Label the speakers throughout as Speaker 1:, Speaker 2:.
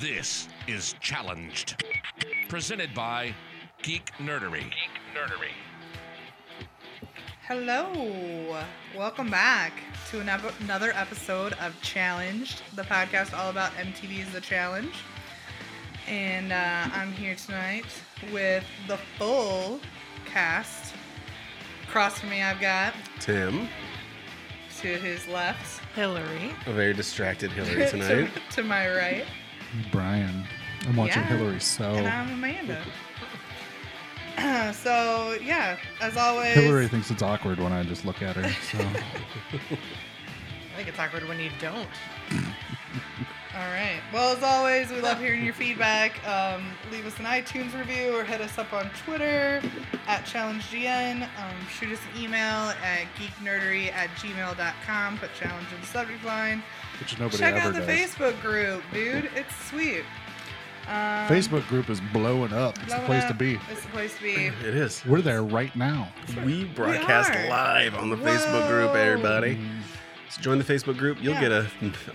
Speaker 1: This is Challenged. Presented by Geek Nerdery. Geek Nerdery.
Speaker 2: Hello. Welcome back to an ep- another episode of Challenged, the podcast all about MTV's The Challenge. And uh, I'm here tonight with the full cast. Across from me, I've got
Speaker 3: Tim,
Speaker 2: to his left,
Speaker 4: Hillary.
Speaker 3: a very distracted Hillary tonight.
Speaker 2: to, to my right,
Speaker 5: Brian. I'm watching
Speaker 2: Yeah.
Speaker 5: Hillary so
Speaker 2: and I'm Amanda. so, yeah, as always,
Speaker 5: Hillary thinks it's awkward when I just look at her. So
Speaker 4: I think it's awkward when you don't.
Speaker 2: All right. Well, as always, we love hearing your feedback. Um, leave us an iTunes review or hit us up on Twitter at ChallengeGN. Um, shoot us an email at geeknerdery at gmail.com. Put challenge in the subject line.
Speaker 5: which nobody
Speaker 2: Check
Speaker 5: ever
Speaker 2: out the
Speaker 5: does.
Speaker 2: Facebook group, dude. It's sweet. Um,
Speaker 5: Facebook group is blowing up. It's
Speaker 2: blow
Speaker 5: the
Speaker 2: it
Speaker 5: place to
Speaker 2: up.
Speaker 5: be.
Speaker 2: It's the place to be.
Speaker 3: It is.
Speaker 5: We're there right now.
Speaker 3: We broadcast
Speaker 2: are.
Speaker 3: live on the
Speaker 2: Whoa.
Speaker 3: Facebook group, everybody. So join the Facebook group. You'll
Speaker 2: Yeah.
Speaker 3: get a,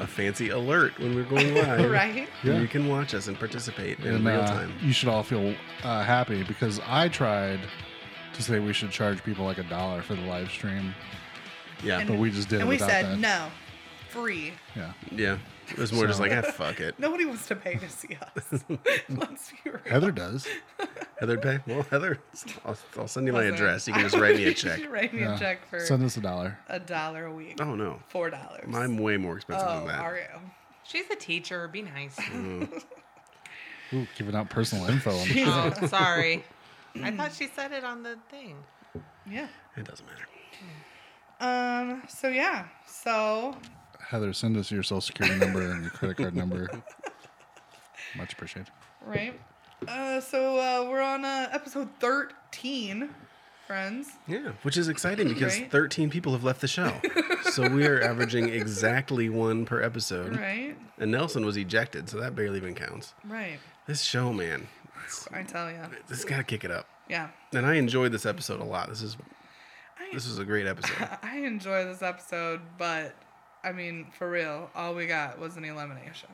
Speaker 3: a fancy alert when we're going live.
Speaker 2: right?
Speaker 3: And
Speaker 5: Yeah.
Speaker 3: You can watch us and participate in
Speaker 5: And
Speaker 3: real
Speaker 5: uh,
Speaker 3: time.
Speaker 5: you should all feel uh, happy because I tried to say we should charge people like a dollar for the live stream,
Speaker 3: Yeah.
Speaker 2: and-
Speaker 5: but we just did it
Speaker 2: And we
Speaker 5: without
Speaker 2: said
Speaker 5: that.
Speaker 2: no. Free.
Speaker 5: Yeah.
Speaker 3: yeah. It was more just
Speaker 5: So-
Speaker 3: like, ah, fuck it.
Speaker 2: Nobody wants to pay to see us. Let's be real.
Speaker 5: Heather does.
Speaker 3: Heather Pay. Well, Heather, I'll, I'll send you my
Speaker 2: Listen,
Speaker 3: address. You can just write me a
Speaker 2: you should
Speaker 3: check.
Speaker 2: write me
Speaker 5: Yeah.
Speaker 2: a check for
Speaker 5: Send us a dollar.
Speaker 2: a dollar a week.
Speaker 3: Oh, no.
Speaker 2: Four dollars.
Speaker 3: I'm way more expensive
Speaker 2: oh,
Speaker 3: than that.
Speaker 2: are you?
Speaker 4: She's a teacher. Be nice.
Speaker 5: Ooh, giving out personal info. On the-
Speaker 4: oh, sorry. I thought she said it on the thing.
Speaker 2: Yeah.
Speaker 3: It doesn't matter.
Speaker 2: Um. So yeah. So
Speaker 5: Heather, send us your social security number and your credit card number. Much appreciated.
Speaker 2: right. Uh. So uh, we're on uh, episode thirteen, friends.
Speaker 3: Yeah, which is exciting because
Speaker 2: Right?
Speaker 3: 13 people have left the show. so we are averaging exactly one per episode.
Speaker 2: Right.
Speaker 3: And Nelson was ejected, so that barely even counts.
Speaker 2: Right.
Speaker 3: This show, man,
Speaker 2: I tell you.
Speaker 3: this got to kick it up.
Speaker 2: Yeah.
Speaker 3: And I enjoyed this episode a lot. This is
Speaker 2: I
Speaker 3: this was a great episode.
Speaker 2: I enjoy this episode, but I mean, for real, all we got was an elimination.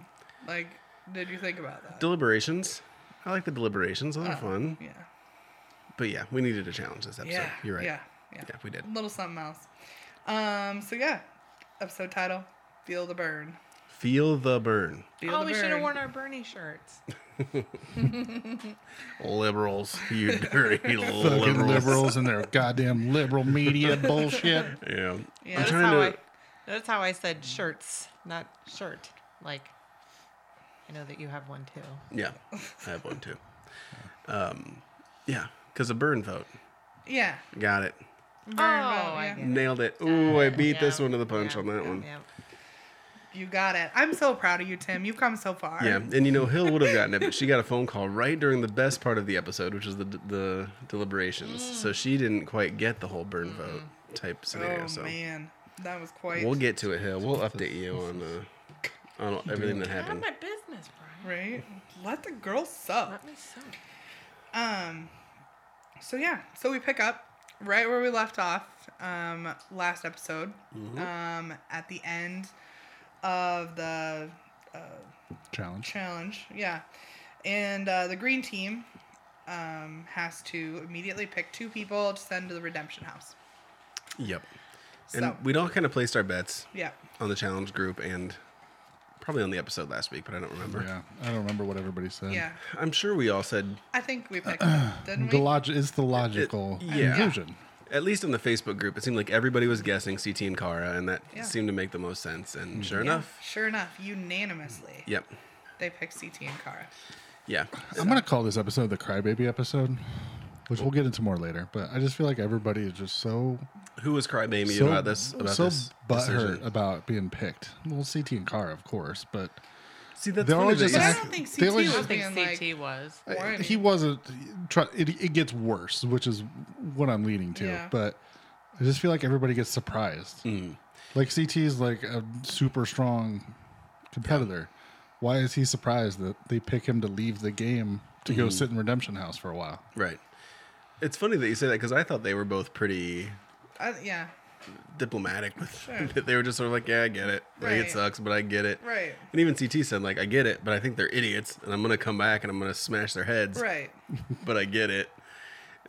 Speaker 2: Like, did you think about that?
Speaker 3: deliberations. I like the deliberations. Those are fun.
Speaker 2: Uh, yeah.
Speaker 3: But yeah, we needed a challenge this episode.
Speaker 2: Yeah.
Speaker 3: You're right.
Speaker 2: Yeah. Yeah.
Speaker 3: Yeah, we did.
Speaker 2: A little something else. Um. So yeah. Episode title: Feel the burn.
Speaker 3: Feel the burn.
Speaker 2: Feel
Speaker 4: oh,
Speaker 2: the
Speaker 4: we should have
Speaker 2: burn.
Speaker 4: worn our Bernie shirts.
Speaker 3: Liberals, you dirty
Speaker 5: Fucking
Speaker 3: liberals.
Speaker 5: liberals and their goddamn liberal media bullshit.
Speaker 3: Yeah.
Speaker 2: Yeah,
Speaker 3: I'm
Speaker 4: That's
Speaker 3: trying
Speaker 4: how,
Speaker 3: to
Speaker 4: I, that's how I said shirts, not shirt. Like, I know that you have one too.
Speaker 3: Yeah. I have one too. Um yeah, cuz a burn vote.
Speaker 2: Yeah.
Speaker 3: Got it.
Speaker 2: Burn
Speaker 4: Oh,
Speaker 2: vote,
Speaker 4: I
Speaker 2: yeah.
Speaker 4: get it.
Speaker 3: Nailed it. Ooh, I beat
Speaker 4: Yeah,
Speaker 3: this one to the punch
Speaker 4: yeah,
Speaker 3: on that
Speaker 4: yeah,
Speaker 3: one.
Speaker 4: yeah.
Speaker 2: You got it. I'm so proud of you, Tim. You've come so far.
Speaker 3: Yeah, and you know Hill would have gotten it, but she got a phone call right during the best part of the episode, which was the the deliberations. So she didn't quite get the whole burn vote type scenario.
Speaker 2: Oh
Speaker 3: so
Speaker 2: man, that was quite.
Speaker 3: we'll get to it, Hill. We'll update you on uh, on everything that
Speaker 4: Not
Speaker 3: happened.
Speaker 4: my business, Brian.
Speaker 2: right. Let the girl suck.
Speaker 4: Let me sew.
Speaker 2: Um. So yeah. So we pick up right where we left off. Um. Last episode.
Speaker 3: Mm-hmm.
Speaker 2: Um. At the end of the
Speaker 5: Challenge.
Speaker 2: challenge. Yeah. And uh, the green team um, has to immediately pick two people to send to the redemption house.
Speaker 3: Yep.
Speaker 2: So
Speaker 3: And we'd all kind of placed our bets
Speaker 2: yeah.
Speaker 3: on the challenge group and probably on the episode last week, but I don't remember.
Speaker 5: Yeah, I don't remember what everybody said.
Speaker 2: Yeah.
Speaker 3: I'm sure we all said,
Speaker 2: I think we picked them, didn't
Speaker 5: The
Speaker 2: we?
Speaker 5: log- it's the logical
Speaker 3: yeah.
Speaker 5: conclusion.
Speaker 3: at least in the Facebook group, it seemed like everybody was guessing CT and Kara, and that
Speaker 2: Yeah.
Speaker 3: seemed to make the most sense.
Speaker 5: Mm-hmm.
Speaker 3: And sure
Speaker 2: Yeah,
Speaker 3: enough,
Speaker 2: Sure enough, unanimously,
Speaker 3: yep.
Speaker 2: they picked CT and Kara.
Speaker 3: Yeah.
Speaker 5: I'm gonna call this episode the crybaby episode, which we'll get into more later. But I just feel like everybody is just so
Speaker 3: Who was crybaby
Speaker 5: so
Speaker 3: about this? About
Speaker 5: so
Speaker 3: this decision?
Speaker 5: butthurt Uh, about being picked. Well, CT and Car, of course, but
Speaker 3: See, that's
Speaker 5: They're
Speaker 3: funny
Speaker 5: always
Speaker 3: that
Speaker 5: just
Speaker 3: you-
Speaker 2: But I
Speaker 5: act-
Speaker 2: don't think
Speaker 5: they
Speaker 2: CT
Speaker 5: always
Speaker 2: was
Speaker 4: I
Speaker 5: just-
Speaker 2: being
Speaker 4: think
Speaker 2: like,
Speaker 4: CT was.
Speaker 2: Whiny.
Speaker 5: he wasn't. Try, it, it gets worse, which is what I'm leaning to.
Speaker 2: Yeah.
Speaker 5: But I just feel like everybody gets surprised.
Speaker 3: Hmm.
Speaker 5: Like CT is like a super strong competitor. Why is he surprised that they pick him to leave the game to
Speaker 3: Hmm.
Speaker 5: go sit in Redemption House for a while?
Speaker 3: Right. It's funny that you say that because I thought they were both pretty
Speaker 2: I- yeah,
Speaker 3: diplomatic with
Speaker 2: Sure.
Speaker 3: they were just sort of like, yeah, I get it. Like
Speaker 2: Right.
Speaker 3: it sucks, but I get it.
Speaker 2: Right.
Speaker 3: And even CT said like, I get it, but I think they're idiots, and I'm gonna come back and I'm gonna smash their heads.
Speaker 2: Right.
Speaker 3: But I get it.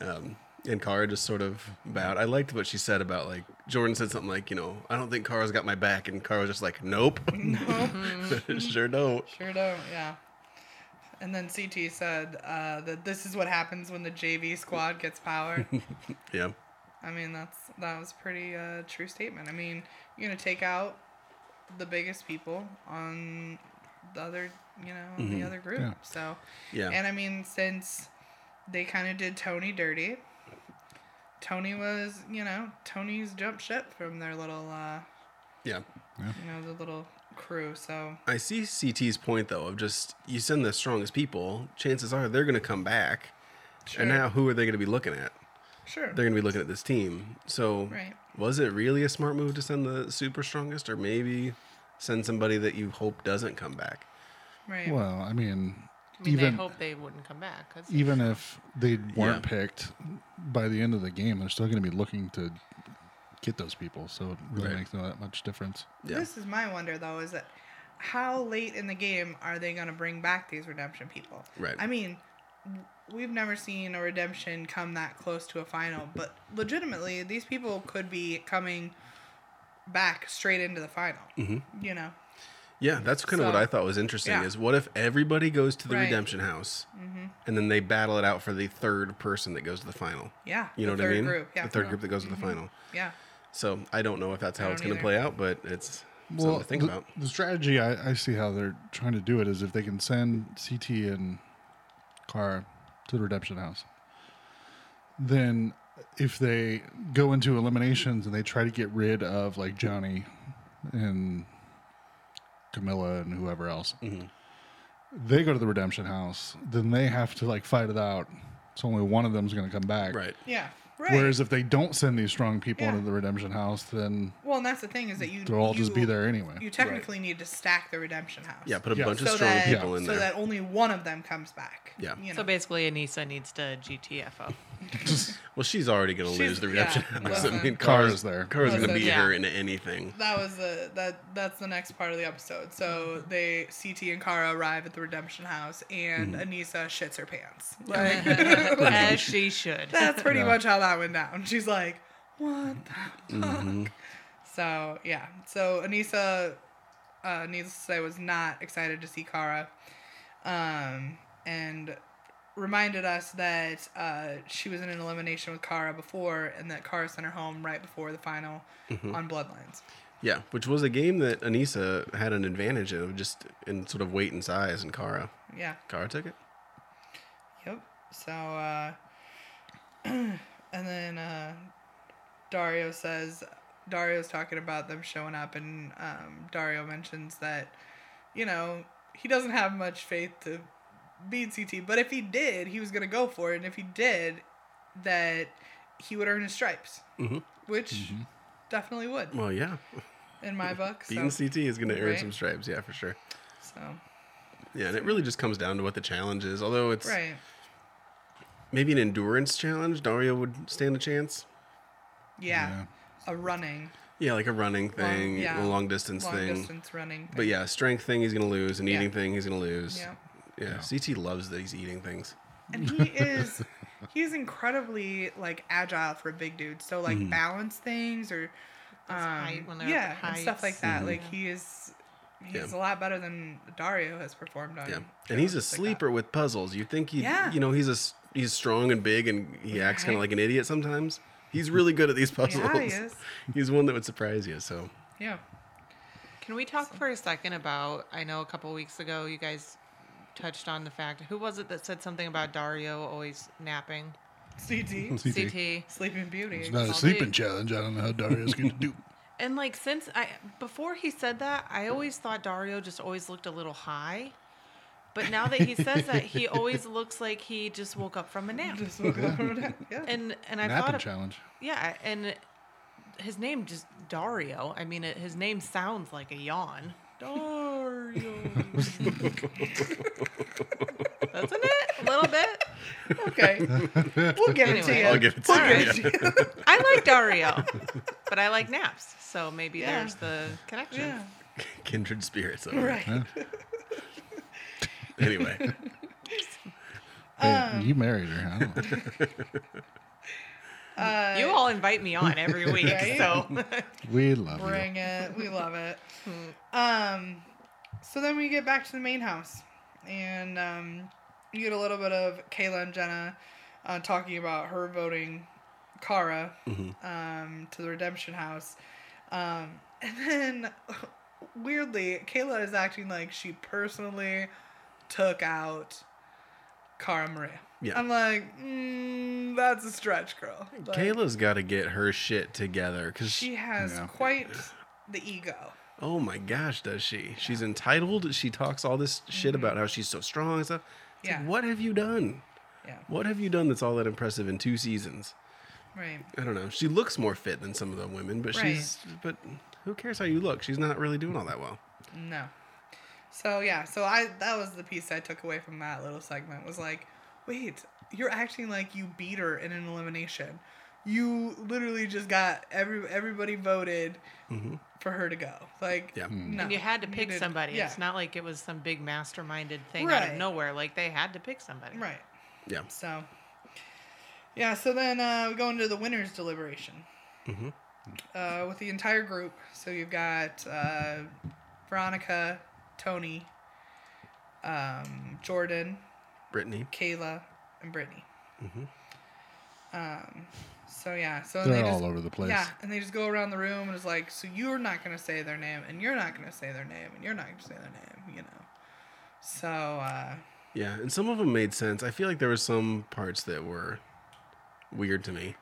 Speaker 3: Um, and Kara just sort of bowed. I liked what she said about like Jordan said something like, you know, I don't think Kara's got my back, and Kara was just like, nope,
Speaker 2: No. Mm-hmm.
Speaker 3: sure don't.
Speaker 2: Sure don't, yeah. And then CT said uh, that this is what happens when the JV squad gets power.
Speaker 3: Yeah.
Speaker 2: I mean, that's that was pretty uh, true statement. I mean, you're gonna take out the biggest people on the other, you know, on the other group.
Speaker 5: Yeah.
Speaker 2: So,
Speaker 3: Mm-hmm. Yeah.
Speaker 2: and I mean, since they kind of did Tony dirty, Tony was, you know, Tony's jump ship from their little, uh,
Speaker 3: yeah.
Speaker 2: you know, the little crew. So
Speaker 3: I see CT's point though of just you send the strongest people, chances are they're gonna come back.
Speaker 2: Sure.
Speaker 3: And now who are they gonna be looking at?
Speaker 2: sure,
Speaker 3: they're going to be looking at this team. So,
Speaker 2: Right.
Speaker 3: was it really a smart move to send the super strongest, or maybe send somebody that you hope doesn't come back?
Speaker 2: right,
Speaker 5: Well, I mean,
Speaker 4: I mean,
Speaker 5: even
Speaker 4: they hope they wouldn't come back. 'cause-
Speaker 5: even if they weren't
Speaker 3: Yeah.
Speaker 5: picked by the end of the game, they're still going to be looking to get those people. So it really
Speaker 3: Right.
Speaker 5: makes not that much difference.
Speaker 3: Yeah.
Speaker 2: This is my wonder though, is that how late in the game are they gonna bring back these redemption people?
Speaker 3: Right.
Speaker 2: I mean, w- we've never seen a redemption come that close to a final, but legitimately, these people could be coming back straight into the final.
Speaker 3: Mm-hmm.
Speaker 2: You know,
Speaker 3: Yeah, that's kind of what
Speaker 2: So-
Speaker 3: I thought was interesting.
Speaker 2: Yeah.
Speaker 3: Is what if everybody goes to the
Speaker 2: Right. Mm-hmm.
Speaker 3: redemption house, and then they battle it out for the third person that goes to the final?
Speaker 2: yeah.
Speaker 3: You know
Speaker 2: the
Speaker 3: what I
Speaker 2: third
Speaker 3: mean?
Speaker 2: Group, yeah.
Speaker 3: The third group that goes to the final.
Speaker 2: Yeah.
Speaker 3: So I don't know if that's how
Speaker 2: I
Speaker 3: it's
Speaker 2: don't
Speaker 3: going to play out, but it's something to think
Speaker 5: the,
Speaker 3: about.
Speaker 5: the strategy I, I see how they're trying to do it is if they can send CT and Car to the Redemption House, then if they go into eliminations and they try to get rid of like Johnny and Camilla and whoever else,
Speaker 3: Mm-hmm.
Speaker 5: they go to the Redemption House. Then they have to like fight it out. So only one of them's going to come back.
Speaker 3: Right.
Speaker 2: Yeah. Right.
Speaker 5: Whereas if they don't send these strong people
Speaker 2: Yeah.
Speaker 5: into the Redemption House, then
Speaker 2: well, and that's the thing is that you
Speaker 5: they'll all just be
Speaker 2: you-
Speaker 5: there anyway.
Speaker 2: You technically need to stack the redemption house.
Speaker 3: Yeah, put a
Speaker 5: Yeah.
Speaker 3: bunch of
Speaker 2: so
Speaker 3: strong
Speaker 2: that
Speaker 3: people
Speaker 5: Yeah.
Speaker 3: in
Speaker 2: so
Speaker 3: there.
Speaker 2: that only one of them comes back.
Speaker 3: Yeah.
Speaker 2: You know?
Speaker 4: So basically, Anissa needs to GTFO.
Speaker 3: well, she's already going to
Speaker 2: She's-
Speaker 3: lose the
Speaker 2: yeah,
Speaker 3: redemption house. I
Speaker 2: listen.
Speaker 3: mean,
Speaker 5: Kara's
Speaker 3: Kara's
Speaker 5: there.
Speaker 3: Kara's going to
Speaker 2: Listen.
Speaker 3: beat
Speaker 4: Yeah.
Speaker 3: her into anything.
Speaker 2: that was the that that's the next part of the episode. So they CT and Kara arrive at the redemption house and Anissa shits her pants. Like
Speaker 4: As she should.
Speaker 2: that's pretty much how that went down. She's like, What the fuck? So yeah. So Anissa uh needless to say was not excited to see Kara. Um and reminded us that uh, she was in an elimination with Kara before and that Kara sent her home right before the final on Bloodlines.
Speaker 3: Yeah, which was a game that Anissa had an advantage of just in sort of weight and size, and Kara.
Speaker 2: Yeah.
Speaker 3: Kara took it.
Speaker 2: Yep. So, uh, and then uh, Dario says, Dario's talking about them showing up, and um, Dario mentions that, you know, he doesn't have much faith to beat CT, but if he did, he was going to go for it. And if he did, that he would earn his stripes,
Speaker 3: Mhm.
Speaker 2: which definitely would
Speaker 3: Well, yeah,
Speaker 2: in my book. So,
Speaker 3: beating
Speaker 2: so,
Speaker 3: CT is going to earn
Speaker 2: Right.
Speaker 3: some stripes. Yeah, for sure. Yeah, and it really just comes down to what the challenge is. Although it's
Speaker 2: right.
Speaker 3: maybe an endurance challenge, Dario would stand a chance.
Speaker 2: Yeah. A running,
Speaker 3: Yeah, like a running thing,
Speaker 2: yeah.
Speaker 3: a long distance
Speaker 2: long
Speaker 3: thing.
Speaker 2: distance running.
Speaker 3: But yeah, strength thing he's going to lose, and
Speaker 2: Yeah.
Speaker 3: eating thing he's going to lose.
Speaker 2: Yeah.
Speaker 3: yeah, CT loves that he's eating things.
Speaker 2: and he is he's incredibly like agile for a big dude so like
Speaker 3: Mm-hmm.
Speaker 2: balance things or um,
Speaker 4: height when they're
Speaker 2: yeah
Speaker 4: at
Speaker 2: and stuff like
Speaker 4: heights.
Speaker 3: Mhm.
Speaker 4: Mm-hmm.
Speaker 2: that like he is he's a
Speaker 3: Yeah.
Speaker 2: lot better than dario has performed on
Speaker 3: Yeah, and
Speaker 2: shows like
Speaker 3: he's a
Speaker 2: that.
Speaker 3: sleeper with puzzles. You think he,
Speaker 2: Yeah.
Speaker 3: you know, he's a s- he's strong and big, and he acts kind of
Speaker 2: Right.
Speaker 3: like an idiot sometimes. He's really good at these puzzles.
Speaker 2: yeah he is
Speaker 3: He's one that would surprise you. So
Speaker 2: yeah
Speaker 4: Can we talk for a second about? I know a couple weeks ago you guys touched on the fact. Who was it that said something about Dario always napping?
Speaker 2: ct
Speaker 5: CT.
Speaker 4: CT.
Speaker 2: sleeping beauty
Speaker 5: It's not a
Speaker 4: I'll
Speaker 5: sleeping
Speaker 4: do.
Speaker 5: challenge. I don't know how Dario's going to do.
Speaker 4: And like since I before he said that, I always thought Dario just always looked a little high. But now that he says that, he always looks like he just woke up from a nap.
Speaker 2: Just woke up from that. yeah.
Speaker 4: And and I
Speaker 5: Napping
Speaker 4: thought,
Speaker 5: challenge.
Speaker 4: yeah, and his name just Dario. I mean, it, his name sounds like a yawn. Dario. Doesn't it? A little bit.
Speaker 2: Okay. We'll give it to
Speaker 4: Anyway.
Speaker 2: you.
Speaker 3: I'll give it to
Speaker 2: We'll
Speaker 4: you,
Speaker 2: give it to you.
Speaker 4: I like Dario, but I like naps. So maybe
Speaker 2: Yeah.
Speaker 4: there's the connection.
Speaker 2: Yeah.
Speaker 3: Kindred spirits. over there.
Speaker 2: Right.
Speaker 3: Anyway,
Speaker 5: Hey,
Speaker 4: Um,
Speaker 5: you married her. I don't know.
Speaker 2: Uh,
Speaker 4: You all invite me on every week,
Speaker 2: Right?
Speaker 4: so
Speaker 5: We love you.
Speaker 2: Bring it. We love it. Um, so then we get back to the main house, and um, you get a little bit of Kayla and Jenna uh, talking about her voting Kara um, to the Redemption House. Um, and then, weirdly, Kayla is acting like she personally took out Cara Maria.
Speaker 3: Yeah.
Speaker 2: I'm like, mm, that's a stretch, girl. Like,
Speaker 3: Kayla's got to get her shit together because
Speaker 2: She has
Speaker 5: Yeah.
Speaker 2: quite the ego.
Speaker 3: Oh my gosh, does she? She's entitled. She talks all this shit about how she's so strong and stuff. It's like,
Speaker 2: Mm-hmm. Yeah.
Speaker 3: what have you done?
Speaker 2: Yeah.
Speaker 3: What have you done that's all that impressive in two seasons?
Speaker 2: Right.
Speaker 3: I don't know. She looks more fit than some of the women, but
Speaker 2: Right.
Speaker 3: she's but who cares how you look? She's not really doing all that well.
Speaker 2: No. So yeah, so I that was the piece I took away from that little segment was like, wait, you're acting like you beat her in an elimination. You literally just got every everybody voted for her to go. Like
Speaker 3: Yeah.
Speaker 2: no,
Speaker 4: and you had to pick
Speaker 2: didn't-
Speaker 4: somebody.
Speaker 2: Yeah,
Speaker 4: It's not like it was some big masterminded thing out of
Speaker 2: Right.
Speaker 4: nowhere. Like they had to pick somebody.
Speaker 2: right.
Speaker 3: Yeah.
Speaker 2: So yeah, so then uh, we go into the winners deliberation
Speaker 5: Mm-hmm.
Speaker 2: uh, with the entire group. So you've got uh, Veronica, Tony, um, Jordan,
Speaker 3: Brittany.
Speaker 2: Kayla, and Brittany. Um, so yeah, so
Speaker 5: Mm-hmm. They're
Speaker 2: they just,
Speaker 5: all over the place.
Speaker 2: Yeah, and they just go around the room and it's like, so you're not gonna say their name, and you're not gonna say their name, and you're not gonna say their name, you know. So uh,
Speaker 3: Yeah, and some of them made sense. I feel like there were some parts that were weird to me.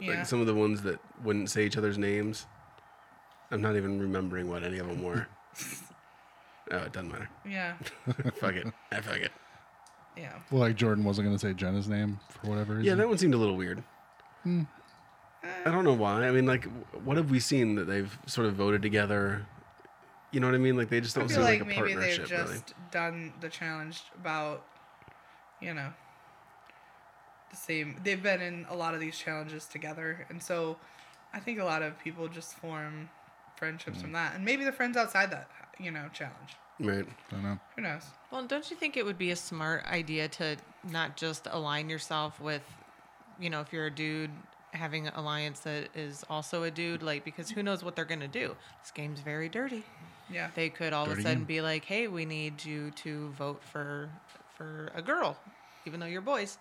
Speaker 2: yeah,
Speaker 3: Like some of the ones that wouldn't say each other's names. I'm not even remembering what any of them were. oh, it doesn't matter.
Speaker 2: yeah,
Speaker 3: fuck it. I fuck it.
Speaker 2: yeah,
Speaker 5: Well, like Jordan wasn't going to say Jenna's name for whatever
Speaker 3: Yeah,
Speaker 5: reason.
Speaker 3: that one seemed a little weird.
Speaker 2: Hmm.
Speaker 3: I don't know why. I mean, like, w- what have we seen that they've sort of voted together? You know what I mean? Like, they just
Speaker 2: I
Speaker 3: don't
Speaker 2: feel
Speaker 3: seem
Speaker 2: like,
Speaker 3: like, a
Speaker 2: maybe they've
Speaker 3: partnership,
Speaker 2: just
Speaker 3: really.
Speaker 2: done the challenge about, you know, the same. They've been in a lot of these challenges together, and so I think a lot of people just form friendships
Speaker 3: Mm-hmm.
Speaker 2: from that, and maybe the friends outside that, you know, challenge.
Speaker 3: Right.
Speaker 5: I don't know.
Speaker 2: Who knows?
Speaker 4: Well, don't you think it would be a smart idea to not just align yourself with, you know, if you're a dude having an alliance that is also a dude, like because who knows what they're gonna do? This game's very dirty.
Speaker 2: Yeah.
Speaker 4: They could all of
Speaker 5: Dirty
Speaker 4: a sudden
Speaker 5: game.
Speaker 4: be like, "Hey, we need you to vote for for a girl, even though you're boys,"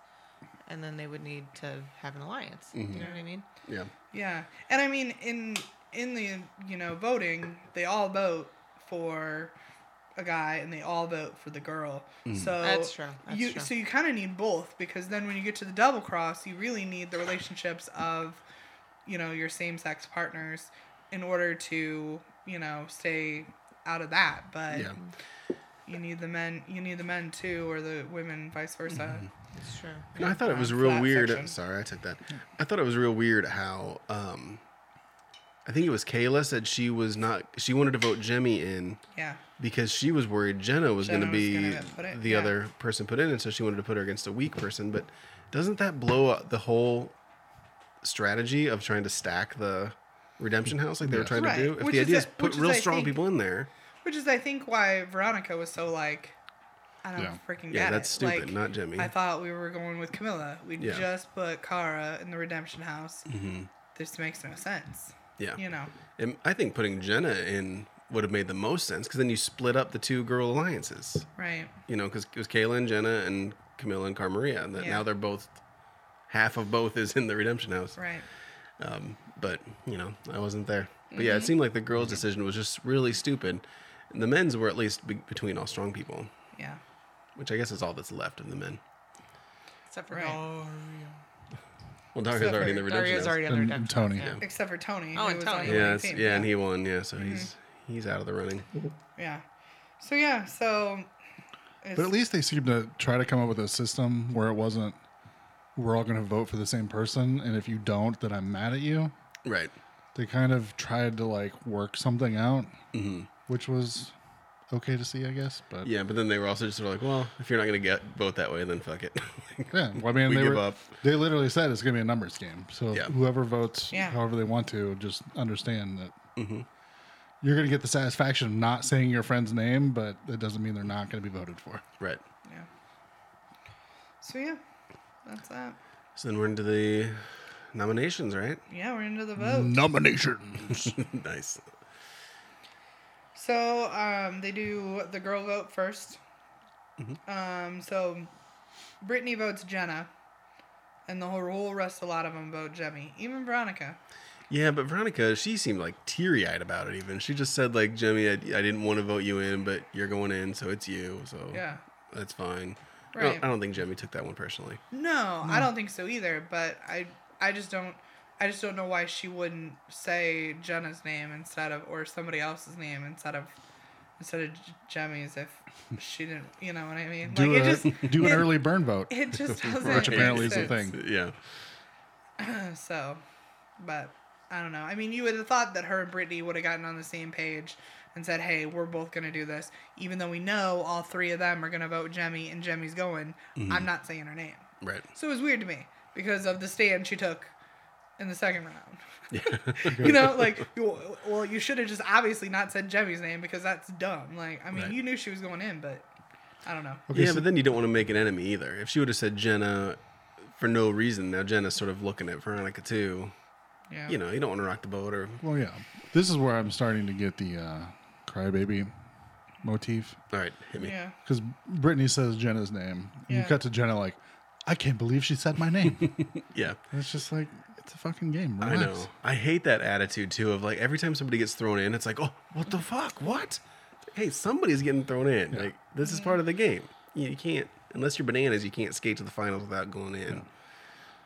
Speaker 4: and then they would need to have an alliance.
Speaker 5: Mm-hmm.
Speaker 4: You know what I mean?
Speaker 3: Yeah.
Speaker 2: Yeah, and I mean in in the you know voting, they all vote for a guy and they all vote for the girl.
Speaker 3: Mm.
Speaker 2: So
Speaker 4: That's true. That's
Speaker 2: you
Speaker 4: true.
Speaker 2: so you kind of need both because then when you get to the double cross, you really need the relationships of you know your same sex partners in order to you know stay out of that. But
Speaker 3: Yeah.
Speaker 2: you need the men, you need the men too, or the women, vice versa. Uh,
Speaker 4: That's true.
Speaker 3: No, Mm-hmm. I thought it was
Speaker 2: For
Speaker 3: real
Speaker 2: that
Speaker 3: weird.
Speaker 2: section.
Speaker 3: Sorry, I took that. I thought it was real weird how um, I think it was Kayla said she was not. She wanted to vote Jimmy in
Speaker 2: Yeah,
Speaker 3: because she was worried Jenna was going to
Speaker 2: Jenna was
Speaker 3: be
Speaker 2: gonna put it-
Speaker 3: the
Speaker 2: yeah.
Speaker 3: other person put in, and so she wanted to put her against a weak person. But doesn't that blow up the whole strategy of trying to stack the redemption house like they were trying
Speaker 2: Right,
Speaker 3: to do? If
Speaker 2: which
Speaker 3: the
Speaker 2: is
Speaker 3: idea
Speaker 2: I-
Speaker 3: is put
Speaker 2: which is
Speaker 3: real
Speaker 2: I
Speaker 3: strong
Speaker 2: think-
Speaker 3: people in there,
Speaker 2: which is I think why Veronica was so like. I don't
Speaker 5: Yeah.
Speaker 2: freaking get
Speaker 3: yeah,
Speaker 2: it.
Speaker 3: that's stupid.
Speaker 2: Like,
Speaker 3: not Jimmy.
Speaker 2: I thought we were going with Camilla. We
Speaker 3: Yeah. Mm-hmm.
Speaker 2: just put Kara in the Redemption House. This makes no sense.
Speaker 3: yeah,
Speaker 2: You know,
Speaker 3: and I think putting Jenna in would have made the most sense because then you split up the two girl alliances.
Speaker 2: right?
Speaker 3: You know, because it was Kayla and Jenna and Camilla and Carmaria, and that
Speaker 2: Yeah.
Speaker 3: now they're both half of both is in the redemption house.
Speaker 2: Right.
Speaker 3: but you know i wasn't there but
Speaker 4: Mm-hmm.
Speaker 3: yeah it seemed like the girls decision was just really stupid and the men's were at least be- between all strong people
Speaker 2: Yeah.
Speaker 3: which i guess is all that's left of the men
Speaker 4: Except for
Speaker 2: Right.
Speaker 4: Dario.
Speaker 3: well dario's
Speaker 2: Except
Speaker 3: already in
Speaker 2: for
Speaker 3: the redemption
Speaker 4: Dario's
Speaker 3: house.
Speaker 4: already on the
Speaker 5: And
Speaker 4: redemption.
Speaker 5: Tony.
Speaker 4: house, yeah.
Speaker 2: Except for Tony.
Speaker 4: Oh,
Speaker 2: who
Speaker 4: and
Speaker 2: was
Speaker 4: Tony.
Speaker 2: on the
Speaker 4: Yeah,
Speaker 3: yeah,
Speaker 2: winning
Speaker 3: it's,
Speaker 2: team.
Speaker 3: yeah and he won yeah so he's
Speaker 4: Mm-hmm.
Speaker 3: he's out of the running
Speaker 2: Yeah. So yeah. So. It's,
Speaker 5: But at least they seemed to try to come up with a system where it wasn't, we're all going to vote for the same person. And if you don't, then I'm mad at you.
Speaker 3: right
Speaker 5: They kind of tried to like work something out, which was, okay to see, I guess. But yeah,
Speaker 3: Yeah, but then they were also just sort of like, well, if you're not going to get vote that way, then fuck it.
Speaker 5: well, I mean,
Speaker 3: We
Speaker 5: they
Speaker 3: give
Speaker 5: were,
Speaker 3: up.
Speaker 5: They literally said it's going to be a numbers game. So
Speaker 3: Yeah.
Speaker 5: whoever votes,
Speaker 2: Yeah.
Speaker 5: however they want to, just understand that you're going to get the satisfaction of not saying your friend's name, but that doesn't mean they're not going to be voted for.
Speaker 3: right.
Speaker 2: Yeah. So yeah, that's that.
Speaker 3: So then we're into the nominations, right?
Speaker 2: Yeah, we're into the vote.
Speaker 5: Nominations.
Speaker 3: nice.
Speaker 2: So um, they do the girl vote 1st
Speaker 5: Mm-hmm.
Speaker 2: Um, so Brittany votes Jenna, and the whole, whole rest, a lot of them vote Jemmy. Even Veronica.
Speaker 3: Yeah, but Veronica, she seemed like teary eyed about it. Even she just said like, Jimmy, I, I didn't want to vote you in, but you're going in, so it's you. So
Speaker 2: Yeah.
Speaker 3: that's fine. I,
Speaker 2: Right.
Speaker 3: don't, I don't think Jimmy took that one personally.
Speaker 2: No, I don't think so either. But I, I just don't, I just don't know why she wouldn't say Jenna's name instead of or somebody else's name instead of instead of J- Jemmy's if she didn't. You know what I mean?
Speaker 5: do
Speaker 2: like it
Speaker 5: a,
Speaker 2: just
Speaker 5: do an
Speaker 2: it-
Speaker 5: early burn vote.
Speaker 2: It just doesn't.
Speaker 3: Right.
Speaker 5: apparently
Speaker 2: make
Speaker 5: is a
Speaker 2: sense.
Speaker 5: thing.
Speaker 3: Yeah,
Speaker 2: So, but I don't know. I mean, you would have thought that her and Brittany would have gotten on the same page and said, "Hey, we're both gonna do this," even though we know all three of them are gonna vote Jemmy, and Jemmy's going.
Speaker 3: Mm-hmm.
Speaker 2: I'm not saying her name,
Speaker 3: right.
Speaker 2: so it was weird to me because of the stand she took in the second round. you know, like, you- well, you should have just obviously not said Jemmy's name because that's dumb. Like, I mean,
Speaker 3: Right.
Speaker 2: you knew she was going in, but I don't know.
Speaker 5: Okay,
Speaker 3: yeah,
Speaker 5: so-
Speaker 3: but then you don't want to make an enemy either. If she would have said Jenna for no reason, now Jenna's sort of looking at Veronica too.
Speaker 2: Yeah.
Speaker 3: You know, you don't want to rock the boat or.
Speaker 5: Well, yeah. This is where I'm starting to get the uh, crybaby motif.
Speaker 3: All right, hit me.
Speaker 2: Yeah.
Speaker 5: Because Brittany says Jenna's name. And
Speaker 2: Yeah.
Speaker 5: You cut to Jenna like, I can't believe she said my name. and
Speaker 3: Yeah.
Speaker 5: it's just like, it's a fucking game.
Speaker 3: I
Speaker 5: Relax.
Speaker 3: know. I hate that attitude too of like every time somebody gets thrown in, it's like, oh, what the fuck? What? Hey, somebody's getting thrown in. Like this is part of the game. You you can't unless you're bananas, you can't skate to the finals without going in.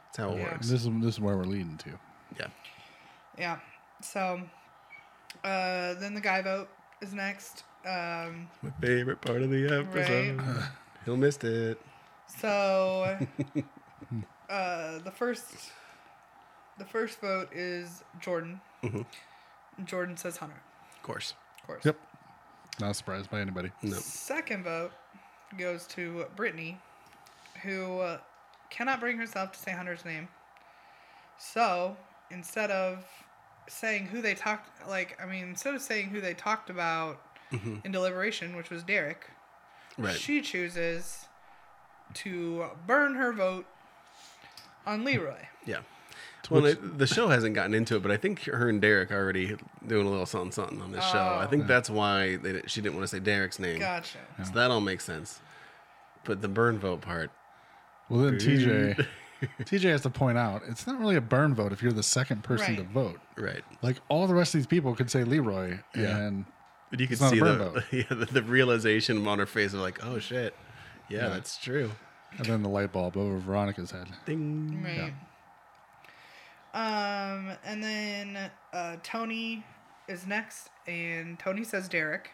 Speaker 3: That's how it
Speaker 2: Yeah.
Speaker 5: And
Speaker 3: works.
Speaker 5: this is this is where we're leading to.
Speaker 3: Yeah.
Speaker 2: Yeah. So, uh, then the guy vote is next. Um,
Speaker 3: My favorite part of the episode. Hill missed it.
Speaker 2: so, uh, the first, the first vote is Jordan. Jordan says Hunter,
Speaker 3: Of course.
Speaker 2: of course.
Speaker 5: Yep. Not surprised by anybody.
Speaker 3: No.
Speaker 2: Second vote goes to Brittany, who uh, cannot bring herself to say Hunter's name. So instead of saying who they talked, like I mean, instead of saying who they talked about in deliberation, which was Derek,
Speaker 3: Right.
Speaker 2: she chooses to burn her vote on Leroy.
Speaker 3: yeah. Well, the, the show hasn't gotten into it, but I think her and Derek are already doing a little something something on this show. I think that's why they, di- she didn't want to say Derek's name.
Speaker 2: Gotcha.
Speaker 3: So that all makes sense. But the burn vote part,
Speaker 5: Well, then TJ, TJ has to point out it's not really a burn vote if you're the second person to
Speaker 2: Right.
Speaker 5: vote.
Speaker 3: right?
Speaker 5: Like all the rest of these people could say Leroy,
Speaker 3: Yeah.
Speaker 5: and
Speaker 3: But you can
Speaker 5: It's not a
Speaker 3: see
Speaker 5: burn
Speaker 3: the,
Speaker 5: vote.
Speaker 3: yeah, the the realization on her face of like, oh shit, yeah,
Speaker 5: Yeah.
Speaker 3: that's true.
Speaker 5: and then the light bulb over Veronica's head.
Speaker 3: Ding.
Speaker 2: Right. Um, and then uh, Tony is next, and Tony says Derek.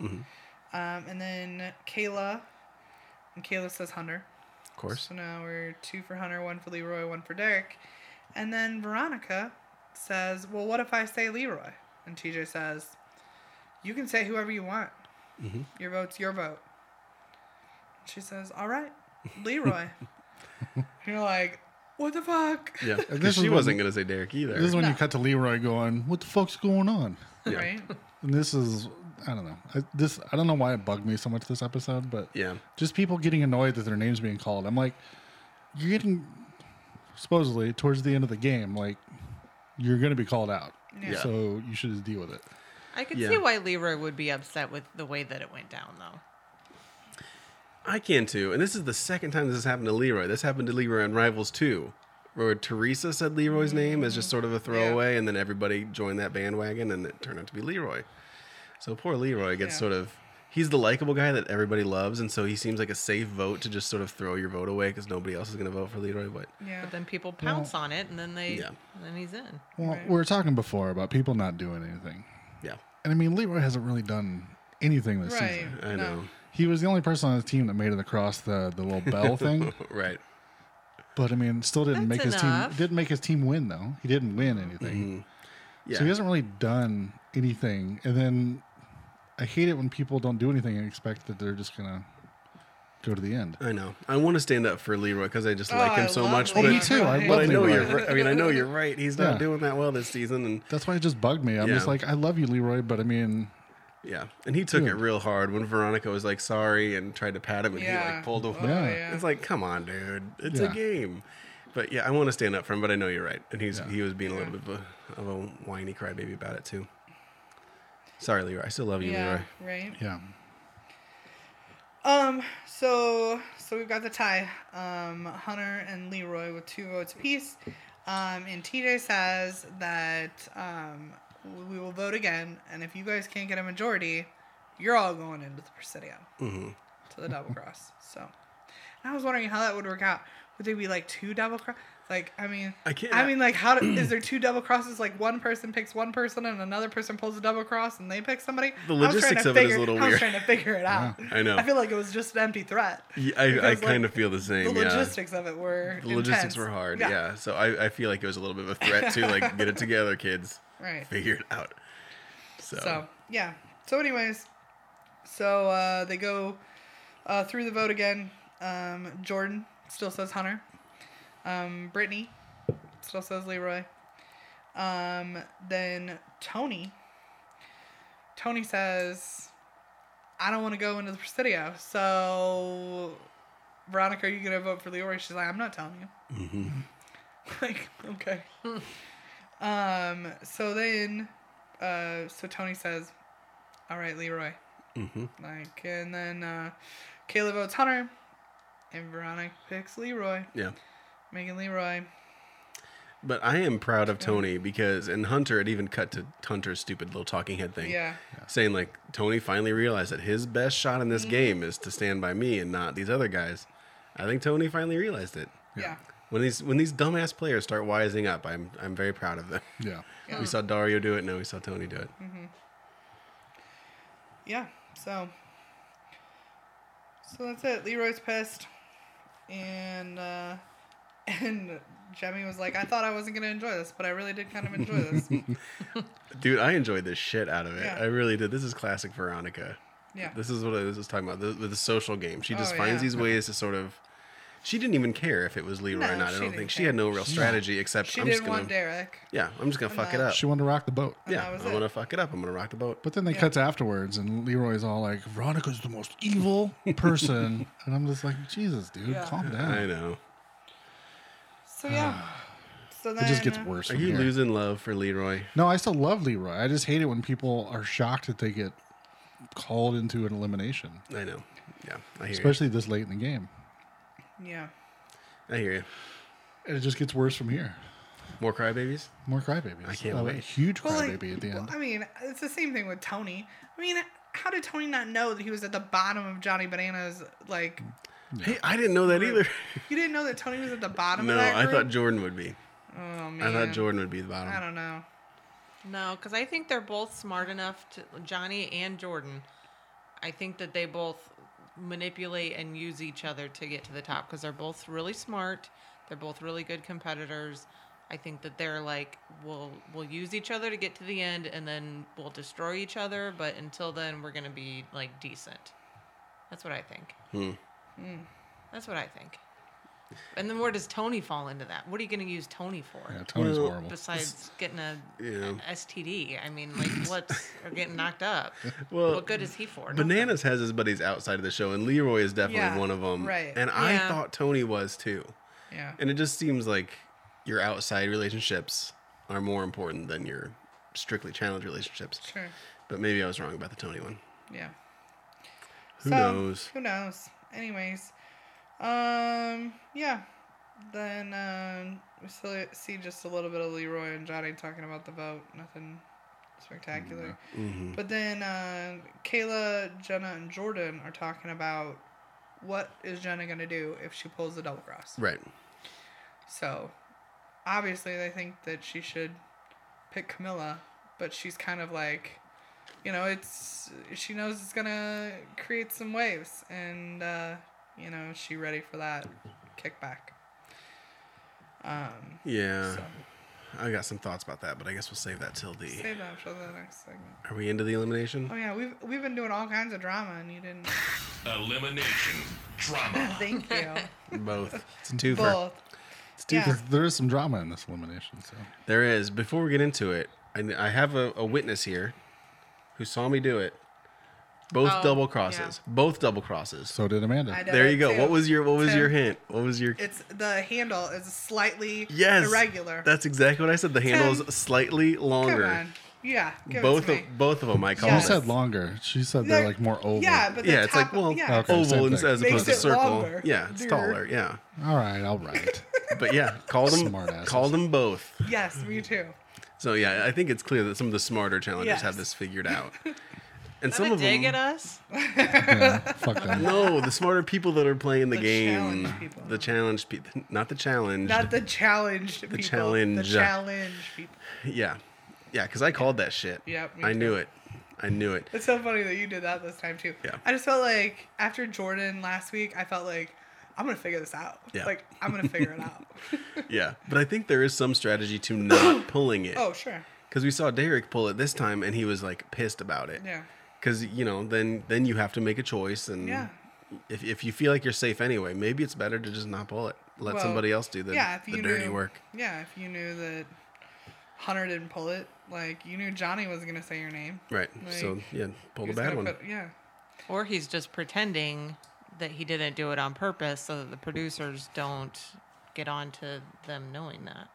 Speaker 2: Um, and then Kayla, and Kayla says Hunter.
Speaker 3: Of course.
Speaker 2: So now we're two for Hunter, one for Leroy, one for Derek. And then Veronica says, Well, what if I say Leroy? And TJ says, You can say whoever you want.
Speaker 3: Mm-hmm.
Speaker 2: Your vote's your vote. She says, All right, Leroy. And You're like, What the fuck?
Speaker 3: Yeah, 'cause
Speaker 5: this
Speaker 3: she
Speaker 5: is
Speaker 3: wasn't
Speaker 5: when-
Speaker 3: gonna say Derek either.
Speaker 5: This is when
Speaker 2: No.
Speaker 5: you cut to Leroy going, "What the fuck's going on?"
Speaker 3: Yeah.
Speaker 2: Right?
Speaker 5: And this is I don't know. I, this I don't know why it bugged me so much this episode, but
Speaker 3: Yeah.
Speaker 5: just people getting annoyed that their names being called. I'm like, you're getting supposedly towards the end of the game, like you're going to be called out,
Speaker 2: Yeah.
Speaker 5: so you should just deal with it.
Speaker 4: I could
Speaker 3: Yeah.
Speaker 4: see why Leroy would be upset with the way that it went down, though.
Speaker 3: I can too. And this is the second time this has happened to Leroy. This happened to Leroy on Rivals too, where Teresa said Leroy's name as just
Speaker 2: Mm,
Speaker 3: sort of a throwaway, and then everybody joined that bandwagon, and it turned out to be Leroy. So poor Leroy gets
Speaker 2: Yeah.
Speaker 3: sort of. He's the likable guy that everybody loves, and so he seems like a safe vote to just sort of throw your vote away because nobody else is going to vote for Leroy. But
Speaker 2: Yeah.
Speaker 4: But then people pounce on it, and then they,
Speaker 3: Yeah.
Speaker 4: and then he's in.
Speaker 5: Well, we were talking before about people not doing anything,
Speaker 3: yeah,
Speaker 5: and I mean Leroy hasn't really done anything this
Speaker 2: Right.
Speaker 5: season.
Speaker 3: I
Speaker 2: No.
Speaker 3: know.
Speaker 5: He was the only person on his team that made it across the the little bell thing,
Speaker 3: Right.
Speaker 5: but I mean, still didn't
Speaker 4: That's
Speaker 5: make his
Speaker 4: enough.
Speaker 5: team didn't make his team win though. He didn't win anything.
Speaker 3: Yeah.
Speaker 5: So he hasn't really done anything. And then I hate it when people don't do anything and expect that they're just gonna go to the end.
Speaker 3: I know. I want to stand up for Leroy because I just like
Speaker 2: Oh, I
Speaker 3: him so
Speaker 2: love
Speaker 3: much.
Speaker 2: Leroy.
Speaker 5: Well,
Speaker 3: but
Speaker 5: me too. I
Speaker 2: But
Speaker 3: but
Speaker 5: love
Speaker 3: I know
Speaker 5: Leroy.
Speaker 3: you're. Right. I mean, I know you're right. He's not
Speaker 5: Yeah.
Speaker 3: doing that well this season, and
Speaker 5: That's why it just bugged me. I'm just
Speaker 3: Yeah.
Speaker 5: like, I love you, Leroy, but I mean,
Speaker 3: yeah, and he took it real hard when Veronica was like sorry and tried to pat him, and he
Speaker 2: Yeah.
Speaker 3: like pulled away.
Speaker 2: Oh,
Speaker 5: Yeah.
Speaker 2: yeah.
Speaker 3: It's like, come on, dude, it's
Speaker 5: Yeah.
Speaker 3: a game. But yeah, I want to stand up for him, but I know you're right, and he's he was being a little bit of a, of a whiny crybaby about it too. Sorry, Leroy. I still love you,
Speaker 2: yeah,
Speaker 3: Leroy.
Speaker 2: right.
Speaker 5: yeah,
Speaker 2: Um, so so we've got the tie. Um, Hunter and Leroy with two votes apiece. Um, and TJ says that um, we will vote again, and if you guys can't get a majority, you're all going into the Presidio
Speaker 3: Mm-hmm.
Speaker 2: to the double cross. So, and I was wondering how that would work out. Would there be like two double cross? Like, I mean,
Speaker 3: I can't-
Speaker 2: I mean, like, how do, is there two double crosses? Like, one person picks one person, and another person pulls a double cross, and they pick somebody.
Speaker 3: The
Speaker 2: I was trying
Speaker 3: logistics
Speaker 2: to
Speaker 3: of it is a
Speaker 2: figure-
Speaker 3: little
Speaker 2: I was
Speaker 3: weird.
Speaker 2: trying to figure it out.
Speaker 3: I know.
Speaker 2: I feel like it was just an empty threat.
Speaker 3: Yeah, I, I
Speaker 2: Because, like,
Speaker 3: kind of feel the
Speaker 2: The
Speaker 3: same. yeah.
Speaker 2: logistics of it were
Speaker 3: The logistics
Speaker 2: intense.
Speaker 3: were hard. Yeah. So I, I feel like it was a little bit of a threat to like get it together, kids.
Speaker 2: Right.
Speaker 3: Figure it out. So,
Speaker 2: So yeah. So anyways, so uh, they go uh, through the vote again. Um, Jordan still says Hunter. Um, Brittany still says Leroy. Um, then Tony. Tony says, "I don't want to go into the Presidio." So Veronica, are you gonna vote for Leroy? She's like, "I'm not telling you." like okay. um. So then uh, so Tony says, "All right, Leroy." Mm-hmm. Like, and then uh, Kayla votes Hunter, and Veronica picks Leroy,
Speaker 3: yeah.
Speaker 2: making Leroy.
Speaker 3: But I am proud of Tony because, and Hunter, it even cut to Hunter's stupid little talking head thing.
Speaker 2: Yeah.
Speaker 3: Saying, like, Tony finally realized that his best shot in this
Speaker 2: Mm.
Speaker 3: game is to stand by me and not these other guys. I think Tony finally realized it.
Speaker 2: Yeah.
Speaker 3: When these when these dumbass players start wising up, I'm I'm very proud of them.
Speaker 5: yeah.
Speaker 3: We saw Dario do it. Now we saw Tony do it.
Speaker 2: Mm-hmm. Yeah. So. So that's it. Leroy's pissed, and uh, and Jemmy was like, "I thought I wasn't gonna enjoy this, but I really did kind of enjoy this."
Speaker 3: Dude, I enjoyed the shit out of it.
Speaker 2: Yeah.
Speaker 3: I really did. This is classic Veronica.
Speaker 2: Yeah.
Speaker 3: This is what I was just talking about. The, the social game. She just
Speaker 2: Oh,
Speaker 3: finds
Speaker 2: yeah.
Speaker 3: these ways to sort of. She didn't even care if it was Leroy
Speaker 2: No,
Speaker 3: or not.
Speaker 2: she
Speaker 3: I don't
Speaker 2: didn't
Speaker 3: think she
Speaker 2: care.
Speaker 3: had no real strategy except
Speaker 2: She
Speaker 3: I'm
Speaker 2: did
Speaker 3: just
Speaker 2: not
Speaker 3: gonna.
Speaker 2: want Derek.
Speaker 3: Yeah, I'm just gonna fuck it
Speaker 2: that-
Speaker 3: up.
Speaker 5: She wanted to rock the boat.
Speaker 3: yeah,
Speaker 2: that was
Speaker 3: I'm
Speaker 2: it.
Speaker 3: gonna fuck it up. I'm gonna rock the boat.
Speaker 5: But then they cut to afterwards, and Leroy's all like, "Veronica's the most evil person," and I'm just like, "Jesus, dude,
Speaker 2: Yeah.
Speaker 5: calm
Speaker 3: I
Speaker 5: down."
Speaker 3: know.
Speaker 2: So yeah. so then
Speaker 5: It just gets
Speaker 2: uh,
Speaker 5: worse.
Speaker 3: Are
Speaker 5: from
Speaker 3: you
Speaker 5: here.
Speaker 3: losing love for Leroy?
Speaker 5: No, I still love Leroy. I just hate it when people are shocked that they get called into an elimination,
Speaker 3: I know. Yeah, I hear
Speaker 5: especially this late in the game.
Speaker 2: Yeah.
Speaker 3: you. I hear you.
Speaker 5: And it just gets worse from here.
Speaker 3: More crybabies.
Speaker 5: More crybabies.
Speaker 3: I can't
Speaker 5: A
Speaker 3: wait.
Speaker 5: Huge
Speaker 2: Well, like,
Speaker 5: crybaby at the
Speaker 2: well,
Speaker 5: end.
Speaker 2: I mean, it's the same thing with Tony. I mean, how did Tony not know that he was at the bottom of Johnny Bananas? Like,
Speaker 3: Hey, I didn't know that either.
Speaker 2: you didn't know that Tony was at the bottom
Speaker 3: no,
Speaker 2: of that
Speaker 3: I
Speaker 2: group?
Speaker 3: thought Jordan would be.
Speaker 2: oh, man.
Speaker 3: I thought Jordan would be the
Speaker 2: I
Speaker 3: bottom.
Speaker 2: don't know.
Speaker 4: No, because I think they're both smart enough to Johnny and Jordan. I think that they both manipulate and use each other to get to the top because they're both really smart. They're both really good competitors. I think that they're like we'll we'll use each other to get to the end, and then we'll destroy each other. But until then, we're gonna be like decent. That's what I think. Mm. That's what I think. And then where does Tony fall into that? What are you gonna use Tony for?
Speaker 5: Yeah, Tony's
Speaker 3: Well,
Speaker 5: horrible.
Speaker 4: besides getting a
Speaker 3: Yeah.
Speaker 4: an STD. I mean, like, what's or getting knocked up?
Speaker 3: Well,
Speaker 4: what good is he for? Nothing.
Speaker 3: Bananas has his buddies outside of the show, and Leroy is definitely
Speaker 2: Yeah,
Speaker 3: one of them.
Speaker 2: right.
Speaker 3: And I
Speaker 4: Yeah.
Speaker 3: thought Tony was too.
Speaker 2: Yeah.
Speaker 3: And it just seems like your outside relationships are more important than your strictly challenge relationships.
Speaker 2: Sure.
Speaker 3: But maybe I was wrong about the Tony one.
Speaker 2: Yeah.
Speaker 3: Who knows?
Speaker 2: Who knows? Anyways, um, yeah. Then um, we still see just a little bit of Leroy and Johnny talking about the vote. Nothing spectacular.
Speaker 3: Mm-hmm.
Speaker 2: But then uh, Kayla, Jenna, and Jordan are talking about what is Jenna gonna do if she pulls the double cross.
Speaker 3: Right.
Speaker 2: So obviously they think that she should pick Camilla, but she's kind of like you know, it's she knows it's gonna create some waves and uh, you know, is she ready for that kickback. Um
Speaker 3: Yeah.
Speaker 2: so
Speaker 3: I got some thoughts about that, but I guess we'll save that till the.
Speaker 2: Save that for the next segment.
Speaker 3: Are we into the elimination?
Speaker 2: Oh yeah, we've we've been doing all kinds of drama, and you didn't.
Speaker 1: Elimination. Drama.
Speaker 2: Thank you.
Speaker 3: Both. It's a twofer.
Speaker 2: Both.
Speaker 3: It's a twofer.
Speaker 2: Yeah.
Speaker 5: There is some drama in this elimination, so
Speaker 3: There is. Before we get into it, I, I have a, a witness here who saw me do it. Both
Speaker 4: Oh,
Speaker 3: double crosses. Both double crosses.
Speaker 5: so did Amanda.
Speaker 2: I did
Speaker 3: there
Speaker 2: it
Speaker 3: you go.
Speaker 2: too.
Speaker 3: What was your What was
Speaker 2: Two.
Speaker 3: your hint? What was your?
Speaker 2: It's the handle is slightly
Speaker 3: yes.
Speaker 2: irregular.
Speaker 3: That's exactly what I said. The handle
Speaker 2: Ten.
Speaker 3: is slightly
Speaker 2: Come
Speaker 3: longer.
Speaker 2: on. Yeah. Give
Speaker 3: Both
Speaker 2: it to
Speaker 3: of
Speaker 2: me.
Speaker 3: both of them I
Speaker 5: She
Speaker 3: called.
Speaker 2: Yes.
Speaker 5: said longer. She said they're, like more oval.
Speaker 2: Yeah, but the
Speaker 3: Yeah, it's like
Speaker 2: top of-
Speaker 3: well,
Speaker 2: yeah.
Speaker 5: Okay. same
Speaker 3: oval and-
Speaker 5: thing.
Speaker 3: as
Speaker 2: Makes
Speaker 3: opposed to
Speaker 2: it
Speaker 3: circle.
Speaker 2: longer.
Speaker 3: Yeah, it's
Speaker 2: Dude.
Speaker 3: taller. Yeah,
Speaker 5: All right. All right.
Speaker 3: but yeah, called them
Speaker 5: Smartasses.
Speaker 3: called them both.
Speaker 2: Yes, me too.
Speaker 3: So yeah, I think it's clear that some of the smarter challengers
Speaker 2: Yes.
Speaker 3: have this figured out, and
Speaker 4: Is that
Speaker 3: some
Speaker 4: a
Speaker 3: of
Speaker 4: dig
Speaker 3: them.
Speaker 4: at us?
Speaker 5: yeah, fuck that.
Speaker 3: No, the smarter people that are playing the,
Speaker 2: The
Speaker 3: game,
Speaker 2: challenged people.
Speaker 3: the challenge people, not the challenge.
Speaker 2: Not the challenged people. The
Speaker 3: challenge.
Speaker 2: challenge people.
Speaker 3: yeah, yeah, because I called that shit.
Speaker 2: Yep, me
Speaker 3: I
Speaker 2: too.
Speaker 3: knew it. I knew it.
Speaker 2: It's so funny that you did that this time too.
Speaker 3: Yeah.
Speaker 2: I just felt like after Jordan last week, I felt like I'm gonna figure this out.
Speaker 3: Yeah.
Speaker 2: Like I'm gonna figure it out.
Speaker 3: Yeah, but I think there is some strategy to not pulling it
Speaker 2: Oh sure.
Speaker 3: because we saw Derek pull it this time, and he was like pissed about it.
Speaker 2: Yeah.
Speaker 3: because you know then then you have to make a choice and
Speaker 2: Yeah.
Speaker 3: if, if you feel like you're safe anyway maybe it's better to just not pull it let
Speaker 2: Well,
Speaker 3: somebody else do the,
Speaker 2: yeah, if
Speaker 3: the
Speaker 2: you
Speaker 3: dirty
Speaker 2: knew,
Speaker 3: work
Speaker 2: Yeah, if you knew that Hunter didn't pull it, like you knew Johnny was gonna say your name.
Speaker 3: right so
Speaker 2: Like,
Speaker 3: yeah pull
Speaker 2: He
Speaker 3: the
Speaker 2: was
Speaker 3: bad
Speaker 2: gonna
Speaker 3: one
Speaker 2: put- yeah.
Speaker 4: Or he's just pretending that he didn't do it on purpose so that the producers don't get on to them knowing that.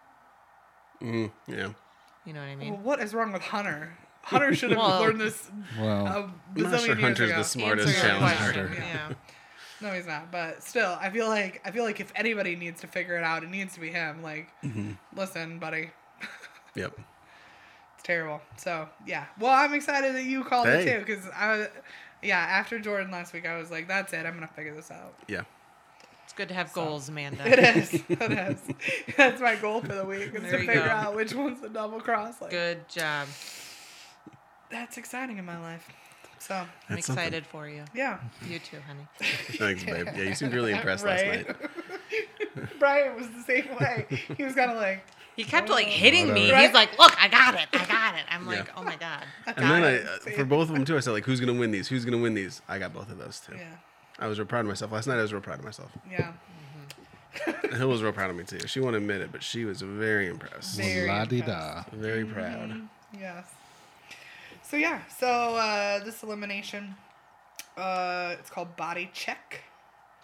Speaker 3: yeah
Speaker 4: You know what I
Speaker 2: Well,
Speaker 4: mean?
Speaker 2: what is wrong with Hunter? Hunter should have
Speaker 4: Well-
Speaker 2: learned this.
Speaker 5: Well,
Speaker 2: A
Speaker 3: not
Speaker 2: bazillion
Speaker 3: sure
Speaker 2: years
Speaker 3: Hunter's
Speaker 2: ago.
Speaker 3: the smartest
Speaker 4: Answer your
Speaker 3: challenger.
Speaker 4: question,
Speaker 2: Yeah.
Speaker 4: Yeah.
Speaker 2: No, he's not. But still, I feel like I feel like if anybody needs to figure it out, it needs to be him. Like, listen, buddy,
Speaker 3: yep
Speaker 2: it's terrible. So yeah. Well, I'm excited that you called
Speaker 3: Hey.
Speaker 2: it too, because I, was- yeah, after Jordan last week, I was like, that's it. I'm gonna figure this out.
Speaker 3: yeah
Speaker 4: It's good to have goals, Amanda.
Speaker 2: It is. It is. That's my goal for the week is
Speaker 4: There
Speaker 2: to
Speaker 4: you
Speaker 2: figure
Speaker 4: go.
Speaker 2: out which one's the double cross. Like,
Speaker 4: Good job.
Speaker 2: that's exciting in my life. So
Speaker 4: I'm
Speaker 3: That's something.
Speaker 4: excited for you.
Speaker 2: yeah,
Speaker 4: You too, honey.
Speaker 3: thanks babe yeah you seemed really impressed
Speaker 2: Right.
Speaker 3: last night
Speaker 2: Brian was the same way. He was kind of like,
Speaker 4: He kept like hitting me.
Speaker 2: Right?
Speaker 4: He's like, "Look, I got it. I got it." I'm like,
Speaker 3: Oh, Yeah.
Speaker 4: "Oh my god."
Speaker 3: and then
Speaker 2: got
Speaker 3: I,
Speaker 2: it.
Speaker 3: uh, for both of them too i said like who's gonna win these who's gonna win these i got both of those too
Speaker 2: yeah,
Speaker 3: i was real proud of myself last night i was real proud of myself
Speaker 2: yeah.
Speaker 3: hill was real proud of me too she won't admit it but she was very impressed
Speaker 2: Very Mm-hmm.
Speaker 5: la di da.
Speaker 3: very proud
Speaker 2: Yes. So yeah, so uh, this elimination, uh, it's called body check.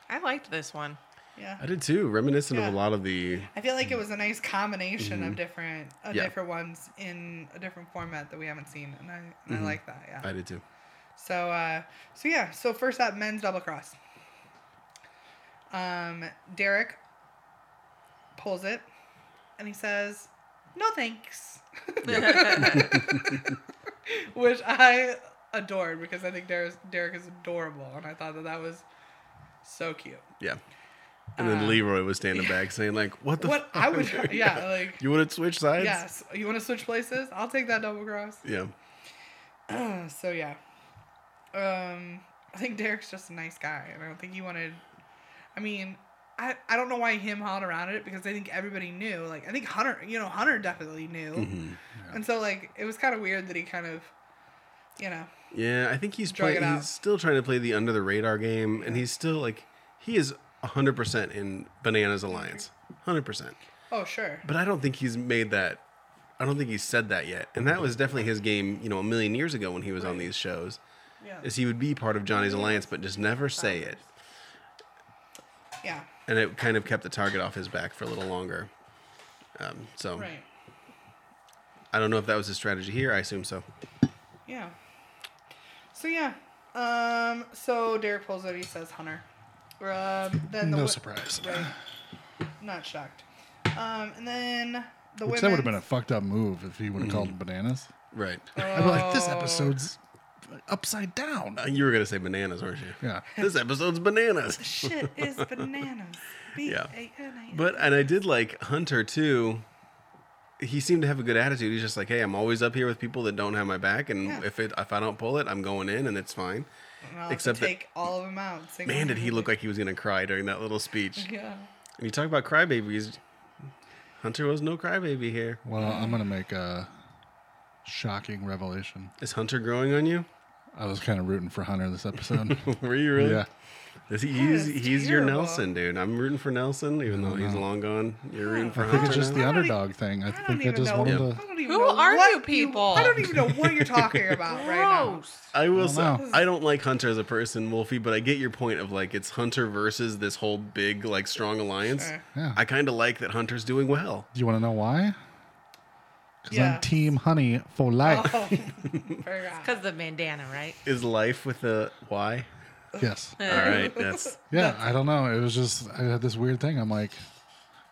Speaker 4: I liked this one.
Speaker 2: Yeah,
Speaker 3: i did too reminiscent of
Speaker 2: Yeah.
Speaker 3: a lot of the
Speaker 2: I feel like it was a nice combination of different, uh,
Speaker 3: Mm-hmm. Yeah.
Speaker 2: different ones in a different format that we haven't seen, and I, and
Speaker 3: Mm-hmm.
Speaker 2: I like that. Yeah.
Speaker 3: i did too
Speaker 2: So, uh, so yeah. So first up, men's double cross. Um, Derek pulls it, and he says, "No thanks," which I adored because I think Derek Derek is adorable, and I thought that that was so cute.
Speaker 3: Yeah. And then Leroy was standing back saying, like, what the
Speaker 2: Um, What
Speaker 3: fuck?
Speaker 2: I would, yeah, like,
Speaker 3: You would to switch sides?
Speaker 2: yes. You want to switch places? I'll take that double cross.
Speaker 3: Yeah.
Speaker 2: So yeah, um, I think Derek's just a nice guy, and I don't think he wanted. I mean, I I don't know why him hot around it because I think everybody knew. Like I think Hunter, you know, Hunter definitely knew,
Speaker 5: Mm-hmm.
Speaker 2: and so like it was kind of weird that he kind of, you know,
Speaker 3: Yeah, I think he's
Speaker 2: Drag
Speaker 3: playing
Speaker 2: it out.
Speaker 3: he's still trying to play the under the radar game and he's still like he is 100% in Bananas Alliance. 100%.
Speaker 2: oh sure,
Speaker 3: But I don't think he's made that I don't think he's said that yet. And that was definitely his game, you know, a million years ago when he was on these shows.
Speaker 2: yeah,
Speaker 3: Is he would be part of Johnny's Alliance but just never say it.
Speaker 2: yeah,
Speaker 3: And it kind of kept the target off his back for a little longer. Um, so
Speaker 2: right,
Speaker 3: I don't know if that was his strategy here. I assume so.
Speaker 2: yeah. So yeah, um, so Derek pulls it. He says Hunter. Um, then the
Speaker 5: No
Speaker 2: wo-
Speaker 5: surprise.
Speaker 2: Right. Not shocked. Um, and then the women's-
Speaker 5: Which that would have been a fucked up move if he would have called them bananas.
Speaker 3: Right.
Speaker 2: Oh.
Speaker 5: I'd be like, this episode's upside down.
Speaker 3: Uh, You were gonna say bananas, weren't you?
Speaker 5: Yeah.
Speaker 3: This episode's bananas.
Speaker 2: shit is bananas. B
Speaker 3: Yeah.
Speaker 2: A N A.
Speaker 3: But and I did like Hunter too. He seemed to have a good attitude. He's just like, hey, I'm always up here with people that don't have my back, and
Speaker 2: Yeah.
Speaker 3: if it if I don't pull it, I'm going in, and it's fine.
Speaker 2: And I'll
Speaker 3: except
Speaker 2: except
Speaker 3: that-
Speaker 2: take all of them out.
Speaker 3: Man, did he
Speaker 2: single-handedly.
Speaker 3: look like he was gonna cry during that little speech?
Speaker 2: Yeah.
Speaker 3: And you talk about crybabies. Hunter was no crybaby here.
Speaker 5: Well, I'm gonna make a shocking revelation.
Speaker 3: Is Hunter growing on you?
Speaker 5: I was kind of rooting for Hunter this episode.
Speaker 3: Were you really?
Speaker 5: yeah,
Speaker 3: Is he, he's
Speaker 2: that's
Speaker 3: he's your
Speaker 2: terrible.
Speaker 3: Nelson, dude. I'm rooting for Nelson, even though he's long gone. You're rooting for
Speaker 5: I think
Speaker 3: Hunter.
Speaker 5: it's just
Speaker 3: now?
Speaker 5: the underdog thing. I
Speaker 2: e- I don't
Speaker 5: think I
Speaker 2: even
Speaker 5: just
Speaker 2: know.
Speaker 5: wanted
Speaker 2: I
Speaker 5: to.
Speaker 2: don't even
Speaker 4: Who
Speaker 2: know
Speaker 4: are
Speaker 2: what
Speaker 4: you people?
Speaker 2: I don't even know what you're talking about right now.
Speaker 4: Gross.
Speaker 3: I will say
Speaker 5: know.
Speaker 3: I don't like Hunter as a person, Wolfie, but I get your point of like it's Hunter versus this whole big like strong alliance.
Speaker 2: Sure.
Speaker 5: Yeah.
Speaker 3: I kind of like that Hunter's doing well.
Speaker 5: Do you want to know why? Because
Speaker 2: Yeah.
Speaker 5: I'm Team Honey for life.
Speaker 2: Oh, forgot.
Speaker 4: Because the bandana, right?
Speaker 3: Is life with a Y?
Speaker 5: Yes.
Speaker 3: All right, that's
Speaker 5: Yeah, I don't know. It was just I had this weird thing. I'm like,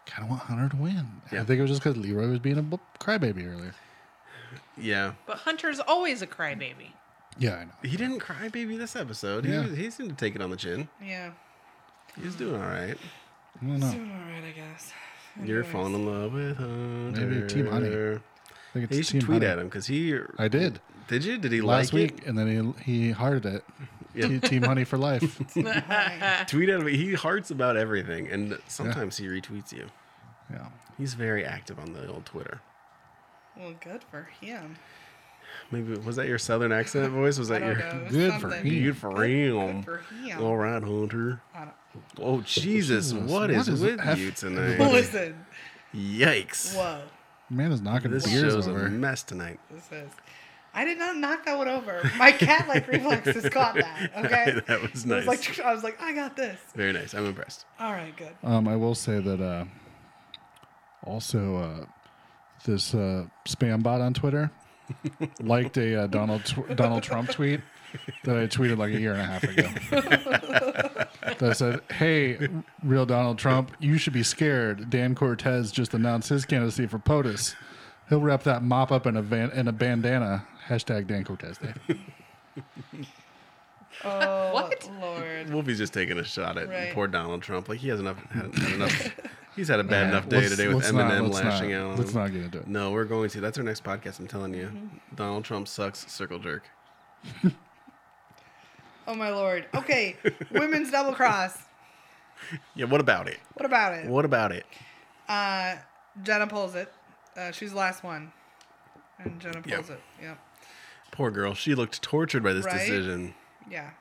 Speaker 5: kind of want Hunter to win. And
Speaker 3: Yeah.
Speaker 5: I think it was just because Leroy was being a b- crybaby earlier.
Speaker 3: yeah.
Speaker 4: But Hunter's always a crybaby.
Speaker 5: Yeah, I know.
Speaker 3: He didn't cry, baby, this episode.
Speaker 5: Yeah.
Speaker 3: He, was- he seemed to take it on the chin.
Speaker 2: Yeah.
Speaker 3: He's doing all right.
Speaker 5: I don't know.
Speaker 2: Doing all right, I guess.
Speaker 3: You're falling in love with Hunter.
Speaker 5: Maybe Team Honey. I think
Speaker 3: Hey,
Speaker 5: it's
Speaker 3: you should
Speaker 5: Team
Speaker 3: tweet
Speaker 5: Honey.
Speaker 3: at him because he.
Speaker 5: I did
Speaker 3: Did you? Did he
Speaker 5: last
Speaker 3: like
Speaker 5: week, and then he he hearted it.
Speaker 3: Yeah.
Speaker 5: Te- Team Honey for life.
Speaker 2: Fine.
Speaker 3: It? Tweet at him. He hearts about everything, and sometimes he retweets you.
Speaker 5: yeah.
Speaker 3: He's very active on the old Twitter.
Speaker 2: well, good for him.
Speaker 3: Maybe was that your southern accent voice? Was
Speaker 2: I
Speaker 3: that
Speaker 2: don't
Speaker 3: your
Speaker 2: know.
Speaker 5: good for
Speaker 2: something.
Speaker 5: him.
Speaker 3: good for him?
Speaker 2: Good for him.
Speaker 3: All right, Hunter.
Speaker 2: I don't-
Speaker 3: Oh Jesus,
Speaker 5: Jesus,
Speaker 3: what
Speaker 5: what
Speaker 3: is,
Speaker 5: is
Speaker 3: with
Speaker 5: F-
Speaker 3: you tonight?
Speaker 2: Listen.
Speaker 3: Yikes!
Speaker 2: Whoa.
Speaker 5: Man is knocking
Speaker 3: This
Speaker 5: beers
Speaker 3: show's
Speaker 5: over.
Speaker 3: a mess tonight.
Speaker 2: This is. I did not knock that one over. My cat-like reflexes caught that. Okay.
Speaker 3: that was
Speaker 2: I was
Speaker 3: nice.
Speaker 2: like, I was like, I got this.
Speaker 3: Very nice. I'm impressed.
Speaker 2: All right, good.
Speaker 5: Um, I will say that uh, also uh, this uh, spam bot on Twitter liked a uh, Donald tw- Donald Trump tweet that I tweeted like a year and a half ago. that said, "Hey, real Donald Trump, you should be scared. Dan Cortez just announced his candidacy for POTUS. He'll wrap that mop up in a van in a bandana." Hashtag Dan Cortez Day.
Speaker 2: Oh,
Speaker 4: What?
Speaker 2: Lord.
Speaker 3: Wolfie's just taking a shot at
Speaker 2: Right.
Speaker 3: poor Donald Trump. Like he has enough. Had, had enough he's had a bad enough day
Speaker 5: Let's-
Speaker 3: today with
Speaker 5: let's not-
Speaker 3: Eminem
Speaker 5: let's
Speaker 3: lashing
Speaker 5: not,
Speaker 3: out. on
Speaker 5: Let's
Speaker 3: him.
Speaker 5: not get into it.
Speaker 3: No, we're going to. That's our next podcast. I'm telling you.
Speaker 2: Mm-hmm.
Speaker 3: Donald Trump sucks. Circle jerk.
Speaker 2: Oh my lord. Okay, women's double cross.
Speaker 3: Yeah. What about it?
Speaker 2: What about it?
Speaker 3: What about it?
Speaker 2: Uh, Jenna pulls it. Uh, she's the last one, and Jenna pulls
Speaker 3: Yep.
Speaker 2: it. Yep.
Speaker 3: Poor girl. She looked tortured by this
Speaker 2: Right?
Speaker 3: decision.
Speaker 2: Yeah.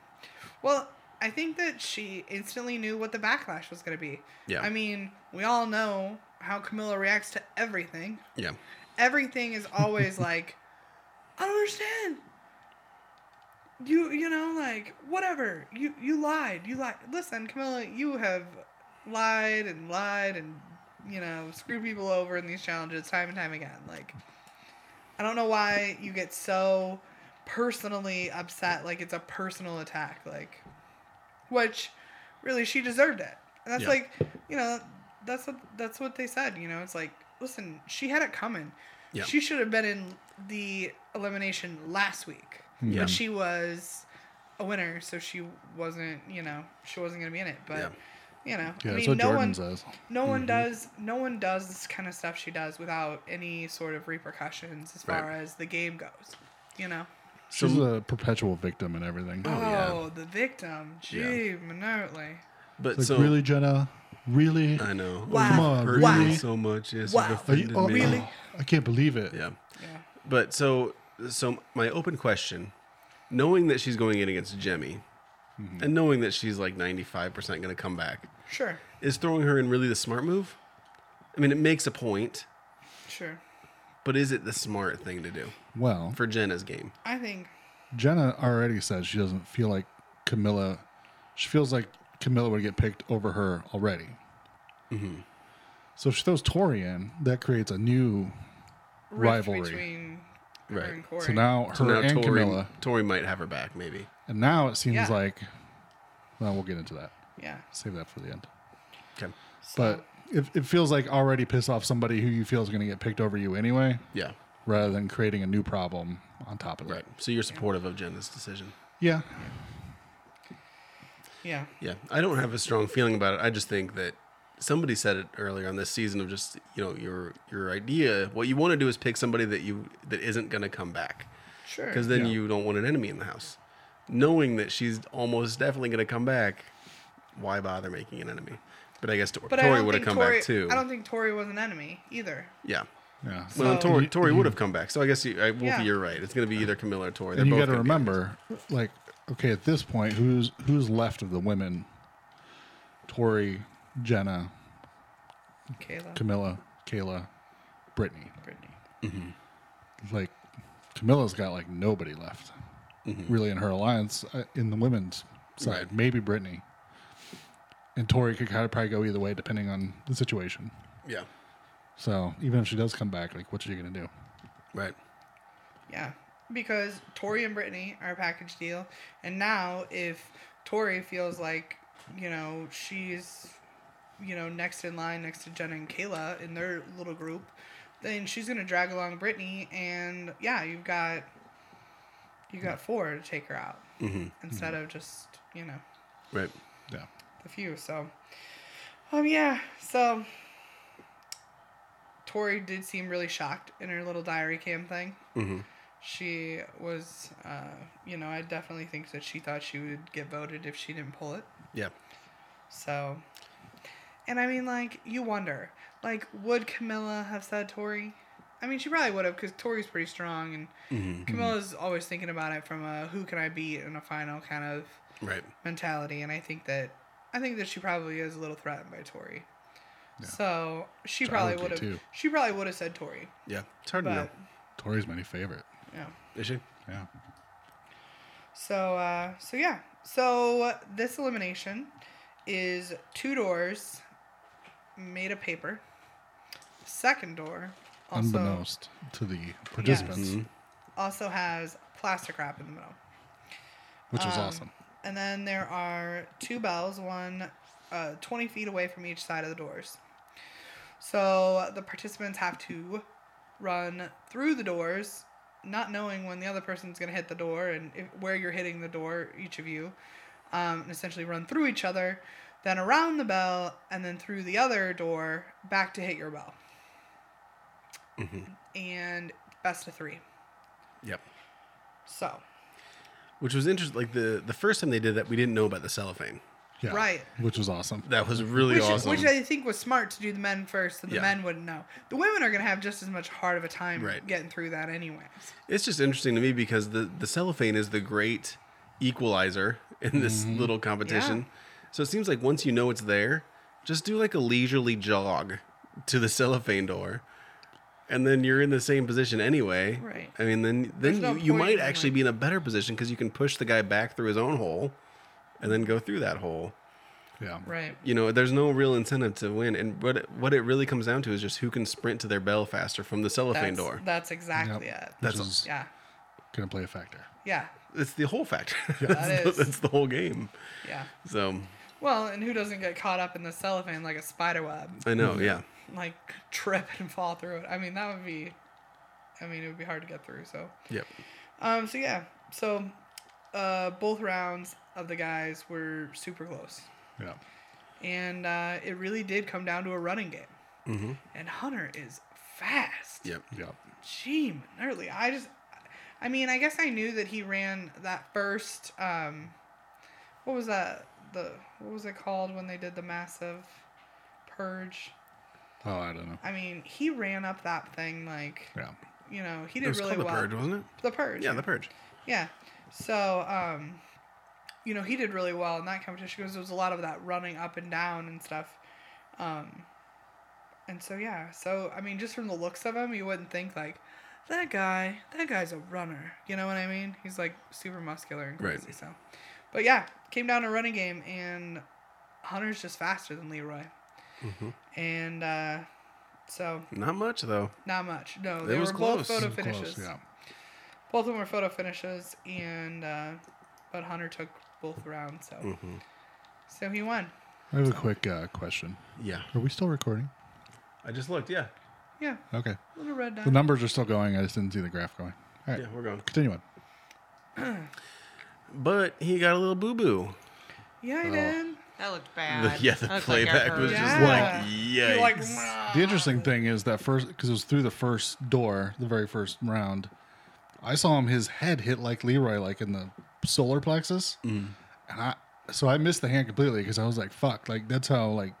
Speaker 2: Well, I think that she instantly knew what the backlash was going to be.
Speaker 3: Yeah.
Speaker 2: I mean, we all know how Camilla reacts to everything.
Speaker 3: Yeah.
Speaker 2: Everything is always like, I don't understand. You you know like whatever you you lied you lied. Listen, Camilla, you have lied and lied and you know screwed people over in these challenges time and time again. Like, I don't know why you get so personally upset. Like it's a personal attack. Like, which really she deserved it. And that's
Speaker 3: Yeah.
Speaker 2: like, you know, that's what that's what they said. You know, it's like, listen, she had it coming.
Speaker 3: Yeah.
Speaker 2: She should have been in the elimination last week,
Speaker 3: Yeah.
Speaker 2: but she was a winner, so she wasn't. You know, she wasn't gonna be in it. But
Speaker 3: Yeah.
Speaker 2: you know,
Speaker 5: Yeah,
Speaker 2: I
Speaker 5: that's
Speaker 2: mean,
Speaker 5: what
Speaker 2: no
Speaker 5: Jordan
Speaker 2: one,
Speaker 5: says.
Speaker 2: no one does no one does this kind of stuff she does without any sort of repercussions as far
Speaker 3: Right.
Speaker 2: as the game goes you know
Speaker 5: She's a perpetual victim and everything.
Speaker 2: oh,
Speaker 3: Oh, yeah.
Speaker 2: the victim gee
Speaker 3: Yeah.
Speaker 2: minutely
Speaker 3: But
Speaker 5: Like
Speaker 3: so
Speaker 5: really, Jenna? Really?
Speaker 3: I know.
Speaker 2: Wow.
Speaker 5: Come on,
Speaker 3: Hurt
Speaker 2: Wow.
Speaker 3: me so much. Yes, you've
Speaker 2: Wow. Are you-
Speaker 5: Are you,
Speaker 3: offended
Speaker 5: oh,
Speaker 3: me.
Speaker 2: Really?
Speaker 5: oh, I can't believe it.
Speaker 3: Yeah.
Speaker 2: yeah
Speaker 3: But so, so my open question, knowing that she's going in against Jemmy,
Speaker 5: Mm-hmm.
Speaker 3: and knowing that she's like ninety five percent going to come back,
Speaker 2: sure
Speaker 3: is throwing her in really the smart move? I mean, it makes a point,
Speaker 2: sure
Speaker 3: but is it the smart thing to do
Speaker 5: Well,
Speaker 3: for Jenna's game?
Speaker 2: i think
Speaker 5: Jenna already said she doesn't feel like Camilla. She feels like Camilla would get picked over her already.
Speaker 3: Mm-hmm.
Speaker 5: So if she throws Tori in, that creates a new
Speaker 2: rift
Speaker 5: rivalry.
Speaker 2: between her
Speaker 3: Right.
Speaker 2: and Corey.
Speaker 5: So now her
Speaker 3: So now
Speaker 5: and
Speaker 3: Tori,
Speaker 5: Camilla,
Speaker 3: Tori might have her back, maybe.
Speaker 5: and now it seems
Speaker 2: Yeah.
Speaker 5: like. Well, we'll get into that.
Speaker 2: yeah
Speaker 5: Save that for the end.
Speaker 3: Okay.
Speaker 5: But it, it feels like already piss off somebody who you feel is going to get picked over you anyway.
Speaker 3: Yeah.
Speaker 5: rather than creating a new problem on top of
Speaker 3: Right.
Speaker 5: that.
Speaker 3: So you're supportive of Jenna's decision.
Speaker 5: Yeah.
Speaker 2: yeah
Speaker 3: Yeah, I don't have a strong feeling about it. I just think that somebody said it earlier on this season of just you know your your idea. What you want to do is pick somebody that you that isn't going to come back
Speaker 2: sure
Speaker 3: because then
Speaker 5: Yeah.
Speaker 3: you don't want an enemy in the house. Knowing that she's almost definitely going to come back, why bother making an enemy? But I guess Tor-
Speaker 2: But I
Speaker 3: Tori
Speaker 2: don't
Speaker 3: would have
Speaker 2: think
Speaker 3: come
Speaker 2: Tori,
Speaker 3: back too.
Speaker 2: I don't think Tori was an enemy either.
Speaker 3: yeah.
Speaker 5: Yeah.
Speaker 3: Well, then
Speaker 2: So-
Speaker 3: Tori, Tori would have come back. So I guess you, I, Wolfie,
Speaker 2: Yeah.
Speaker 3: you're right. It's going to be either Camilla or Tori.
Speaker 5: and you
Speaker 3: both
Speaker 5: got to
Speaker 3: gonna be-
Speaker 5: remember, like, okay, at this point, who's who's left of the women? Tori, Jenna,
Speaker 2: Kayla.
Speaker 5: Camilla, Kayla, Brittany.
Speaker 2: Brittany.
Speaker 5: Like, Camilla's got like nobody left, really, in her alliance uh, in the women's side.
Speaker 3: Right.
Speaker 5: Maybe Brittany. And Tori could kind of probably go either way, depending on the situation.
Speaker 3: Yeah.
Speaker 5: So even if she does come back, like, what are you gonna do?
Speaker 3: Right.
Speaker 2: Yeah, because Tori and Brittany are a package deal, and now if Tori feels like you know she's you know next in line next to Jenna and Kayla in their little group, then she's gonna drag along Brittany, and yeah, you've got you got four to take her out
Speaker 3: Mm-hmm.
Speaker 2: instead of just you know
Speaker 3: Right.
Speaker 5: Yeah.
Speaker 2: the few. So, um, yeah. So, Tori did seem really shocked in her little diary cam thing. Mm-hmm. She was, uh, you know, I definitely think that she thought she would get voted if she didn't pull it.
Speaker 3: Yeah.
Speaker 2: So, and I mean, like, you wonder, like, would Camilla have said Tori? I mean, she probably would have because Tori's pretty strong, and Camilla's always thinking about it from a who can I beat in a final kind of
Speaker 3: Right.
Speaker 2: mentality, and I think that I think that she probably is a little threatened by Tori. So she probably
Speaker 5: would
Speaker 2: would
Speaker 5: be,
Speaker 2: have.
Speaker 5: too.
Speaker 2: She probably would have said Tori,
Speaker 3: Yeah. It's hard to know.
Speaker 2: but
Speaker 5: Tori's my new favorite.
Speaker 2: yeah.
Speaker 3: Is she?
Speaker 5: Yeah.
Speaker 2: So uh, so yeah. So this elimination is two doors made of paper. Second door also Mm-hmm.
Speaker 5: Unbeknownst to the participants,
Speaker 2: also has plastic wrap in the middle.
Speaker 5: which was awesome.
Speaker 2: And then there are two bells, one uh, 20 feet away from each side of the doors. So the participants have to run through the doors, not knowing when the other person's going to hit the door and if, where you're hitting the door, each of you, um, and essentially run through each other, then around the bell, and then through the other door back to hit your bell. And best of three.
Speaker 3: Yep.
Speaker 2: So,
Speaker 3: Which was interesting. Like the the first time they did that, we didn't know about the cellophane.
Speaker 5: Yeah.
Speaker 2: Right.
Speaker 5: Which was awesome.
Speaker 3: That was really
Speaker 2: which,
Speaker 3: awesome.
Speaker 2: which I think was smart to do the men first, so the
Speaker 3: Yeah.
Speaker 2: men wouldn't know. The women are gonna have just as much hard of a time
Speaker 3: Right.
Speaker 2: getting through that, anyways.
Speaker 3: It's just interesting to me because the, the cellophane is the great equalizer in this
Speaker 2: Mm-hmm.
Speaker 3: little competition. So it seems like once you know it's there, just do like a leisurely jog to the cellophane door. And then you're in the same position anyway.
Speaker 2: Right.
Speaker 3: I mean, then then
Speaker 2: There's no
Speaker 3: you, you
Speaker 2: point
Speaker 3: might
Speaker 2: in,
Speaker 3: actually
Speaker 2: like-
Speaker 3: be in a better position because you can push the guy back through his own hole, and then go through that hole.
Speaker 5: Yeah.
Speaker 2: Right.
Speaker 3: You know, there's no real incentive to win, and what it, what it really comes down to is just who can sprint to their bell faster from the cellophane
Speaker 2: That's,
Speaker 3: door.
Speaker 2: that's exactly it.
Speaker 5: That's
Speaker 3: That's a-
Speaker 2: yeah.
Speaker 5: gonna play a factor.
Speaker 2: Yeah.
Speaker 3: It's the whole factor.
Speaker 2: That
Speaker 3: that's, the,
Speaker 2: is.
Speaker 3: that's the whole game.
Speaker 2: Yeah.
Speaker 3: So
Speaker 2: Well, and who doesn't get caught up in the cellophane like a spider web?
Speaker 3: I know, yeah.
Speaker 2: Like trip and fall through it. I mean, that would be I mean, it would be hard to get through, so
Speaker 3: Yep.
Speaker 2: um so yeah. So uh both rounds of the guys were super close.
Speaker 5: Yeah.
Speaker 2: and uh, it really did come down to a running game. And Hunter is fast.
Speaker 3: Mm-hmm. Yep.
Speaker 5: Yeah.
Speaker 2: Gee, Minerly. I just, I mean, I guess I knew that he ran that first. Um, what was that? The what was it called when they did the massive purge?
Speaker 5: Oh, I don't know.
Speaker 2: I mean, he ran up that thing like
Speaker 5: Yeah.
Speaker 2: you know he
Speaker 3: It
Speaker 2: did
Speaker 3: was
Speaker 2: really
Speaker 3: called
Speaker 2: well.
Speaker 3: the purge, wasn't it?
Speaker 2: The purge.
Speaker 3: Yeah, the purge.
Speaker 2: Yeah. So, um, you know, he did really well in that competition because there was a lot of that running up and down and stuff. Um, and so, yeah. So, I mean, just from the looks of him, you wouldn't think, like, that guy, that guy's a runner. You know what I mean? He's like super muscular and
Speaker 3: Right.
Speaker 2: crazy. So, but yeah, came down to a running game, and Hunter's just faster than Leroy.
Speaker 3: Mm-hmm.
Speaker 2: And uh, so,
Speaker 3: Not much though.
Speaker 2: not much. No,
Speaker 3: It
Speaker 2: they
Speaker 3: was
Speaker 2: were both
Speaker 3: close.
Speaker 2: photo
Speaker 3: It was
Speaker 2: finishes.
Speaker 5: yeah.
Speaker 2: Both of them were photo finishes, and uh, but Hunter took both rounds, so
Speaker 3: Mm-hmm.
Speaker 2: so he won.
Speaker 5: I have a quick uh, question.
Speaker 3: Yeah.
Speaker 5: Are we still recording?
Speaker 3: I just looked. Yeah.
Speaker 2: Yeah,
Speaker 5: Okay.
Speaker 2: little red dot.
Speaker 5: The numbers are still going. I just didn't see the graph going. All right.
Speaker 3: Yeah, we're going.
Speaker 5: Continue on.
Speaker 3: But he got a little boo boo.
Speaker 2: yeah,
Speaker 3: Oh.
Speaker 2: I did.
Speaker 4: That looked bad.
Speaker 3: yeah, the
Speaker 4: That looked like
Speaker 3: playback
Speaker 4: our
Speaker 3: was
Speaker 4: first-
Speaker 3: just
Speaker 2: Yeah.
Speaker 3: like
Speaker 2: You're
Speaker 3: yikes.
Speaker 2: like,
Speaker 5: The interesting thing is that first, because it was through the first door, the very first round, I saw him his head hit like Leroy, like in the solar
Speaker 3: Mm.
Speaker 5: plexus, and I so I missed the hand completely because I was like, "Fuck!" Like that's how like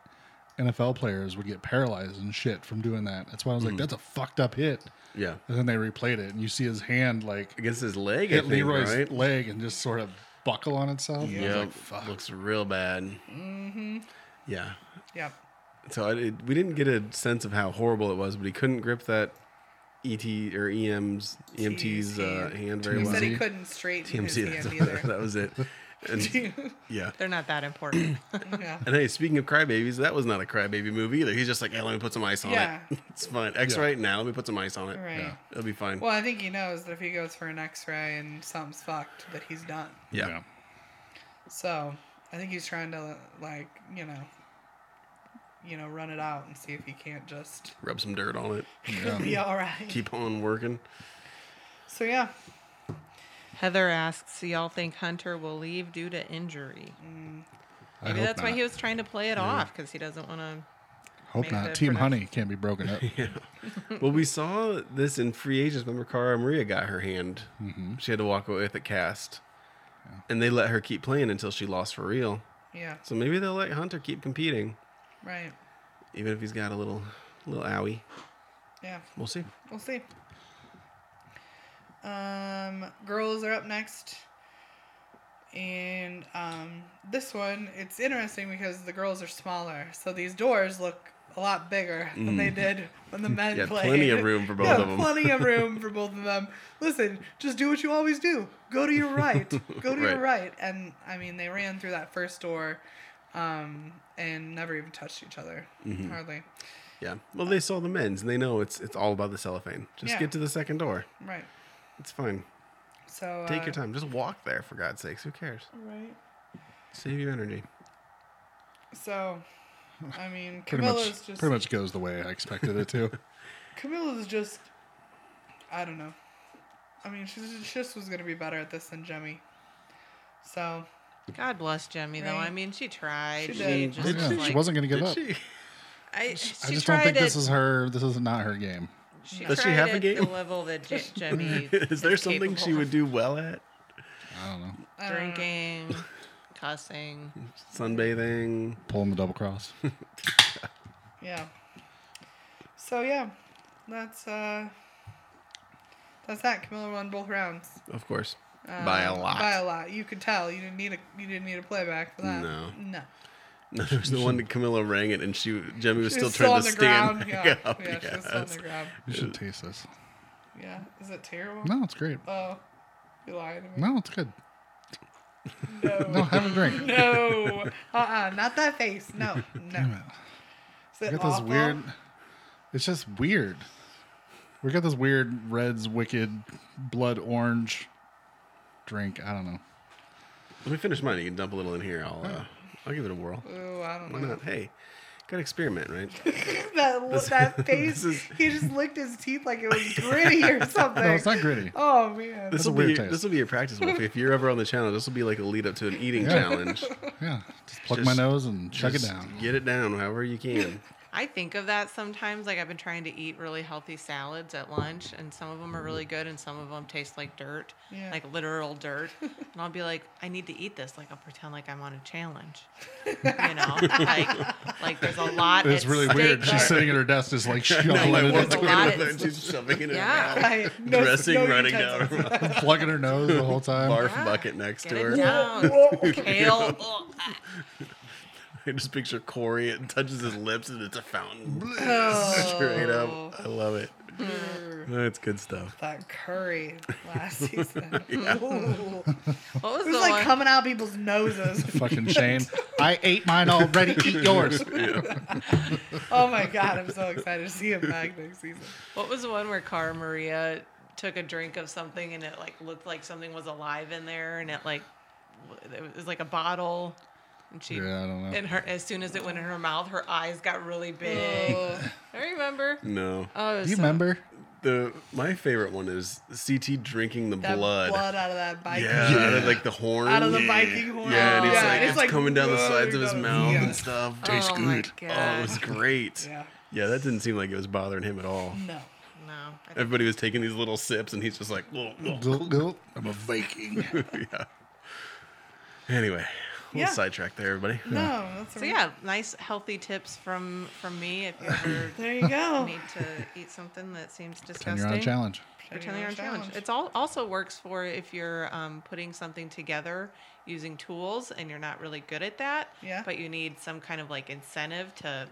Speaker 5: NFL players would get paralyzed and shit from doing that. That's why I was like, that's a fucked up hit.
Speaker 3: Mm. Yeah.
Speaker 5: And then they replayed it, and you see his hand like
Speaker 3: Against his leg, I
Speaker 5: hit
Speaker 3: think,
Speaker 5: Leroy's
Speaker 3: right?
Speaker 5: leg and just sort of buckle on itself. Yeah.
Speaker 3: Yeah,
Speaker 5: fuck.
Speaker 3: looks real bad. Mm-hmm. Yeah.
Speaker 2: Yep.
Speaker 3: So I, it, we didn't get a sense of how horrible it was, but he couldn't grip that ET or E EM's EMT's uh,
Speaker 2: hand.
Speaker 3: hand very
Speaker 5: He
Speaker 2: He
Speaker 3: well.
Speaker 2: said he
Speaker 5: TMZ.
Speaker 2: couldn't straighten his
Speaker 3: TMZ,
Speaker 2: hand
Speaker 3: that's
Speaker 2: either.
Speaker 3: what, that was it. And, yeah.
Speaker 4: They're not that important.
Speaker 2: yeah.
Speaker 3: And hey, speaking of crybabies, that was not a crybaby movie either. He's just like, hey, let me put some ice on
Speaker 2: Yeah.
Speaker 3: it. it's fine. X ray it now. Let me put some ice on it.
Speaker 2: Right. Yeah.
Speaker 3: It'll be fine.
Speaker 2: Well, I think he knows that if he goes for an X-ray and something's fucked, that he's done.
Speaker 3: yeah.
Speaker 2: So I think he's trying to like you know, you know, run it out and see if he can't just
Speaker 3: Rub some dirt on it.
Speaker 2: be all right.
Speaker 3: Keep on working.
Speaker 2: so yeah,
Speaker 4: Heather asks, "Y'all think Hunter will leave due to injury?
Speaker 2: Mm.
Speaker 5: I
Speaker 4: Maybe
Speaker 5: hope
Speaker 4: that's why
Speaker 5: not.
Speaker 4: he was trying to play it off because he doesn't want to."
Speaker 5: Hope
Speaker 4: made
Speaker 5: not.
Speaker 4: the
Speaker 5: Team
Speaker 4: production.
Speaker 5: Honey can't be broken up.
Speaker 3: well, we saw this in free agents. Remember, Cara Maria got her hand. She had to walk away with it cast, and they let her keep playing until she lost for real.
Speaker 2: yeah,
Speaker 3: So maybe they'll let Hunter keep competing,
Speaker 2: right,
Speaker 3: even if he's got a little, little owie.
Speaker 2: yeah.
Speaker 3: We'll see.
Speaker 2: We'll see. Um, girls are up next. And um, this one, it's interesting because the girls are smaller. So these doors look a lot bigger than they did when the men
Speaker 3: Mm. Yeah,
Speaker 2: played.
Speaker 3: plenty of room for both
Speaker 2: Yeah,
Speaker 3: of 'em.
Speaker 2: plenty of room for both of them. Listen, just do what you always do. Go to your right. Go to your right. And I mean, they ran through that first door um, and never even touched each other,
Speaker 3: Mm-hmm.
Speaker 2: hardly.
Speaker 3: Yeah. Well, they saw the men's, and they know it's it's all about the cellophane. Just
Speaker 2: Yeah.
Speaker 3: get to the second door.
Speaker 2: Right.
Speaker 3: It's fine.
Speaker 2: So
Speaker 3: Take
Speaker 2: uh,
Speaker 3: your time. Just walk there, for God's sakes. Who cares?
Speaker 2: Right.
Speaker 3: Save your energy.
Speaker 2: So, I mean,
Speaker 5: Pretty
Speaker 2: Camilla's
Speaker 5: much,
Speaker 2: just
Speaker 5: pretty much goes the way I expected it to.
Speaker 2: Camilla's just. I don't know. I mean, she she just was gonna be better at this than Jemmy. So
Speaker 4: God bless Jemmy though.
Speaker 2: Right.
Speaker 4: I mean, she tried.
Speaker 2: She
Speaker 4: She,
Speaker 2: did.
Speaker 4: just
Speaker 5: Yeah,
Speaker 4: was
Speaker 5: she
Speaker 4: like,
Speaker 5: wasn't going to give up.
Speaker 3: Did she?
Speaker 4: I, she
Speaker 5: I just
Speaker 4: tried
Speaker 5: don't think
Speaker 4: it,
Speaker 5: this is her. This is not her game.
Speaker 4: She
Speaker 3: Does she
Speaker 4: tried
Speaker 3: have a
Speaker 4: at
Speaker 3: game?
Speaker 4: The level that Je- Jemmy
Speaker 3: Is there something she
Speaker 4: capable
Speaker 3: would
Speaker 4: of.
Speaker 3: do well at?
Speaker 5: I don't know.
Speaker 2: I don't know.
Speaker 4: Drinking, cussing.
Speaker 3: Sunbathing.
Speaker 5: Pulling the double cross.
Speaker 2: Yeah. So yeah, that's uh. That's that. Camilla won both rounds Uh,
Speaker 3: Of course. by a lot.
Speaker 2: by a lot. You could tell you didn't need a you didn't need a playback for that.
Speaker 3: No.
Speaker 2: No.
Speaker 3: No, there was the one that Camilla rang it, and she Jemmy was
Speaker 2: She
Speaker 3: still
Speaker 2: was
Speaker 3: trying
Speaker 2: on
Speaker 3: to
Speaker 2: the
Speaker 3: stand
Speaker 2: ground.
Speaker 3: back
Speaker 2: Yeah.
Speaker 3: up.
Speaker 2: Yeah, she was still on
Speaker 3: Yes.
Speaker 2: the ground.
Speaker 5: You should taste this.
Speaker 2: Yeah. Is it terrible?
Speaker 5: No, it's great.
Speaker 2: Oh, you lying to me?
Speaker 5: No, it's good.
Speaker 2: No.
Speaker 5: No, have a drink.
Speaker 2: No. Uh-uh. Not that face. No. No. Is
Speaker 5: We
Speaker 2: it
Speaker 5: got this
Speaker 2: awful?
Speaker 5: weird. It's just weird. We got this weird Reds Wicked blood orange drink. I don't know.
Speaker 3: Let me finish mine. You can dump a little in here. I'll uh, I'll give it a whirl.
Speaker 2: Ooh, I don't
Speaker 3: Why
Speaker 2: know.
Speaker 3: not? Hey, gotta experiment, right?
Speaker 2: That, lo- that face.
Speaker 3: is-
Speaker 2: He just licked his teeth like it was gritty or something.
Speaker 5: No, it's not gritty.
Speaker 2: Oh, man.
Speaker 3: This will
Speaker 5: a
Speaker 3: be
Speaker 5: weird
Speaker 3: your,
Speaker 5: taste.
Speaker 3: this will be your practice, Wolfie. If you're ever on the channel, this will be like a lead up to an eating
Speaker 5: Yeah.
Speaker 3: challenge.
Speaker 5: Yeah, just plug
Speaker 3: Just-
Speaker 5: my nose and chug it
Speaker 3: Just
Speaker 5: down.
Speaker 3: Get it down however you can.
Speaker 4: I think of that sometimes. Like I've been trying to eat really healthy salads at lunch, and some of them are really good, and some of them taste like dirt,
Speaker 2: Mm-hmm. Yeah.
Speaker 4: like literal dirt. and I'll be like, I need to eat this. Like I'll pretend like I'm on a challenge, you know? like, like there's a lot.
Speaker 5: It's
Speaker 4: at
Speaker 5: really
Speaker 4: stake
Speaker 5: weird. She's
Speaker 4: there.
Speaker 5: sitting at her desk, just like shoveling
Speaker 3: Like,
Speaker 5: it,
Speaker 3: what's
Speaker 4: a
Speaker 3: going
Speaker 4: lot
Speaker 3: on
Speaker 4: at
Speaker 3: there? She's shoving it in her
Speaker 4: Yeah.
Speaker 3: mouth.
Speaker 2: Right. No-
Speaker 3: Dressing
Speaker 2: no
Speaker 3: running down
Speaker 2: utensils.
Speaker 3: her mouth.
Speaker 5: plugging her nose the whole time.
Speaker 3: Barf
Speaker 4: Yeah.
Speaker 3: bucket next
Speaker 4: Get
Speaker 3: to
Speaker 4: it
Speaker 3: her.
Speaker 4: down.
Speaker 2: Oh,
Speaker 4: Kale. Ugh.
Speaker 3: I just picture Corey. It touches his lips and it's a fountain.
Speaker 2: Oh.
Speaker 3: Straight up. I love it. That's good stuff.
Speaker 2: That curry last season. Ooh.
Speaker 4: What
Speaker 2: It
Speaker 4: was the
Speaker 2: was like
Speaker 4: one?
Speaker 2: coming out people's noses.
Speaker 5: Fucking Shane. I ate mine already. Eat yours.
Speaker 2: Oh my god, I'm so excited to see him back next season.
Speaker 4: What was the one where Cara Maria took a drink of something and it like looked like something was alive in there and it like w- it was like a bottle and she
Speaker 5: Yeah, I don't know.
Speaker 4: and her as soon as it went in her mouth her eyes got really big.
Speaker 2: Oh,
Speaker 4: I remember.
Speaker 3: No.
Speaker 4: Oh, it was
Speaker 5: Do you
Speaker 4: so-
Speaker 5: remember?
Speaker 3: The my favorite one is CT drinking the
Speaker 2: that
Speaker 3: blood.
Speaker 2: blood. out of that bike.
Speaker 3: Yeah, out of, like the horn.
Speaker 2: Out of the Viking horn.
Speaker 3: Yeah, and he's
Speaker 4: Yeah,
Speaker 3: like
Speaker 4: it's
Speaker 3: it's, coming down the sides of his mouth
Speaker 2: Yeah.
Speaker 3: and stuff.
Speaker 4: oh my
Speaker 3: Oh, it was
Speaker 4: God.
Speaker 3: great.
Speaker 2: Yeah.
Speaker 3: Yeah, that didn't seem like it was bothering him at all.
Speaker 2: No.
Speaker 4: No. I think
Speaker 3: Everybody was taking these little sips, and he's just like, whoa, whoa.
Speaker 5: Gulp, gulp. I'm a Viking.
Speaker 3: yeah. Anyway,
Speaker 2: Yeah.
Speaker 3: Little sidetrack there, everybody.
Speaker 2: No, that's
Speaker 4: So
Speaker 2: right.
Speaker 4: yeah, nice healthy tips from from me if you ever
Speaker 2: There you go.
Speaker 4: need to eat something that seems
Speaker 5: And you're on a
Speaker 4: disgusting.
Speaker 5: challenge.
Speaker 4: Pretend you're on challenge. It's all also works for if you're um, putting something together using tools and you're not really good at that.
Speaker 2: Yeah.
Speaker 4: But you need some kind of like incentive to,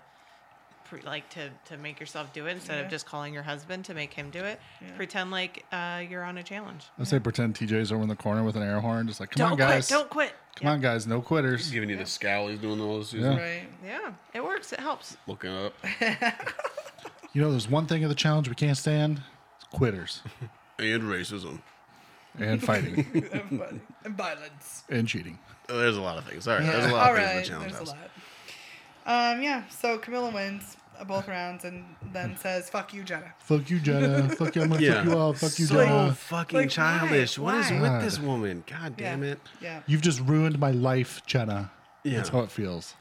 Speaker 4: pre- like to to make yourself do it instead
Speaker 2: Yeah.
Speaker 4: of just calling your husband to make him do it.
Speaker 2: Yeah.
Speaker 4: Pretend like uh, you're on a challenge.
Speaker 5: I say pretend TJ's over in the corner with an air horn, just like, come
Speaker 4: don't
Speaker 5: on, guys.
Speaker 4: quit. Don't quit.
Speaker 5: Come on, guys. No quitters.
Speaker 3: Giving you the scowl he's doing all this. he's
Speaker 5: Yeah.
Speaker 2: right.
Speaker 4: Yeah, it works. It helps.
Speaker 3: Looking up.
Speaker 5: You know, there's one thing of the challenge we can't stand it's quitters
Speaker 3: And racism.
Speaker 5: and fighting
Speaker 2: Everybody. And violence.
Speaker 5: and cheating.
Speaker 3: Oh, there's a lot of things. All right. There's a lot
Speaker 2: All
Speaker 3: of things in
Speaker 2: right.
Speaker 3: the challenge
Speaker 2: There's a
Speaker 3: house.
Speaker 2: lot. Um, yeah. So Camilla wins uh, both rounds and then says, "Fuck you, Jenna."
Speaker 5: Fuck you, Jenna. fuck you. I'm gonna
Speaker 3: Yeah.
Speaker 5: fuck you all. Fuck you,
Speaker 3: so
Speaker 5: Jenna.
Speaker 3: fucking
Speaker 2: Like, why?
Speaker 3: childish. What is
Speaker 2: Why?
Speaker 5: God.
Speaker 3: with this woman? God
Speaker 2: Yeah.
Speaker 3: damn it.
Speaker 2: Yeah.
Speaker 5: You've just ruined my life, Jenna.
Speaker 3: Yeah.
Speaker 5: That's how it feels.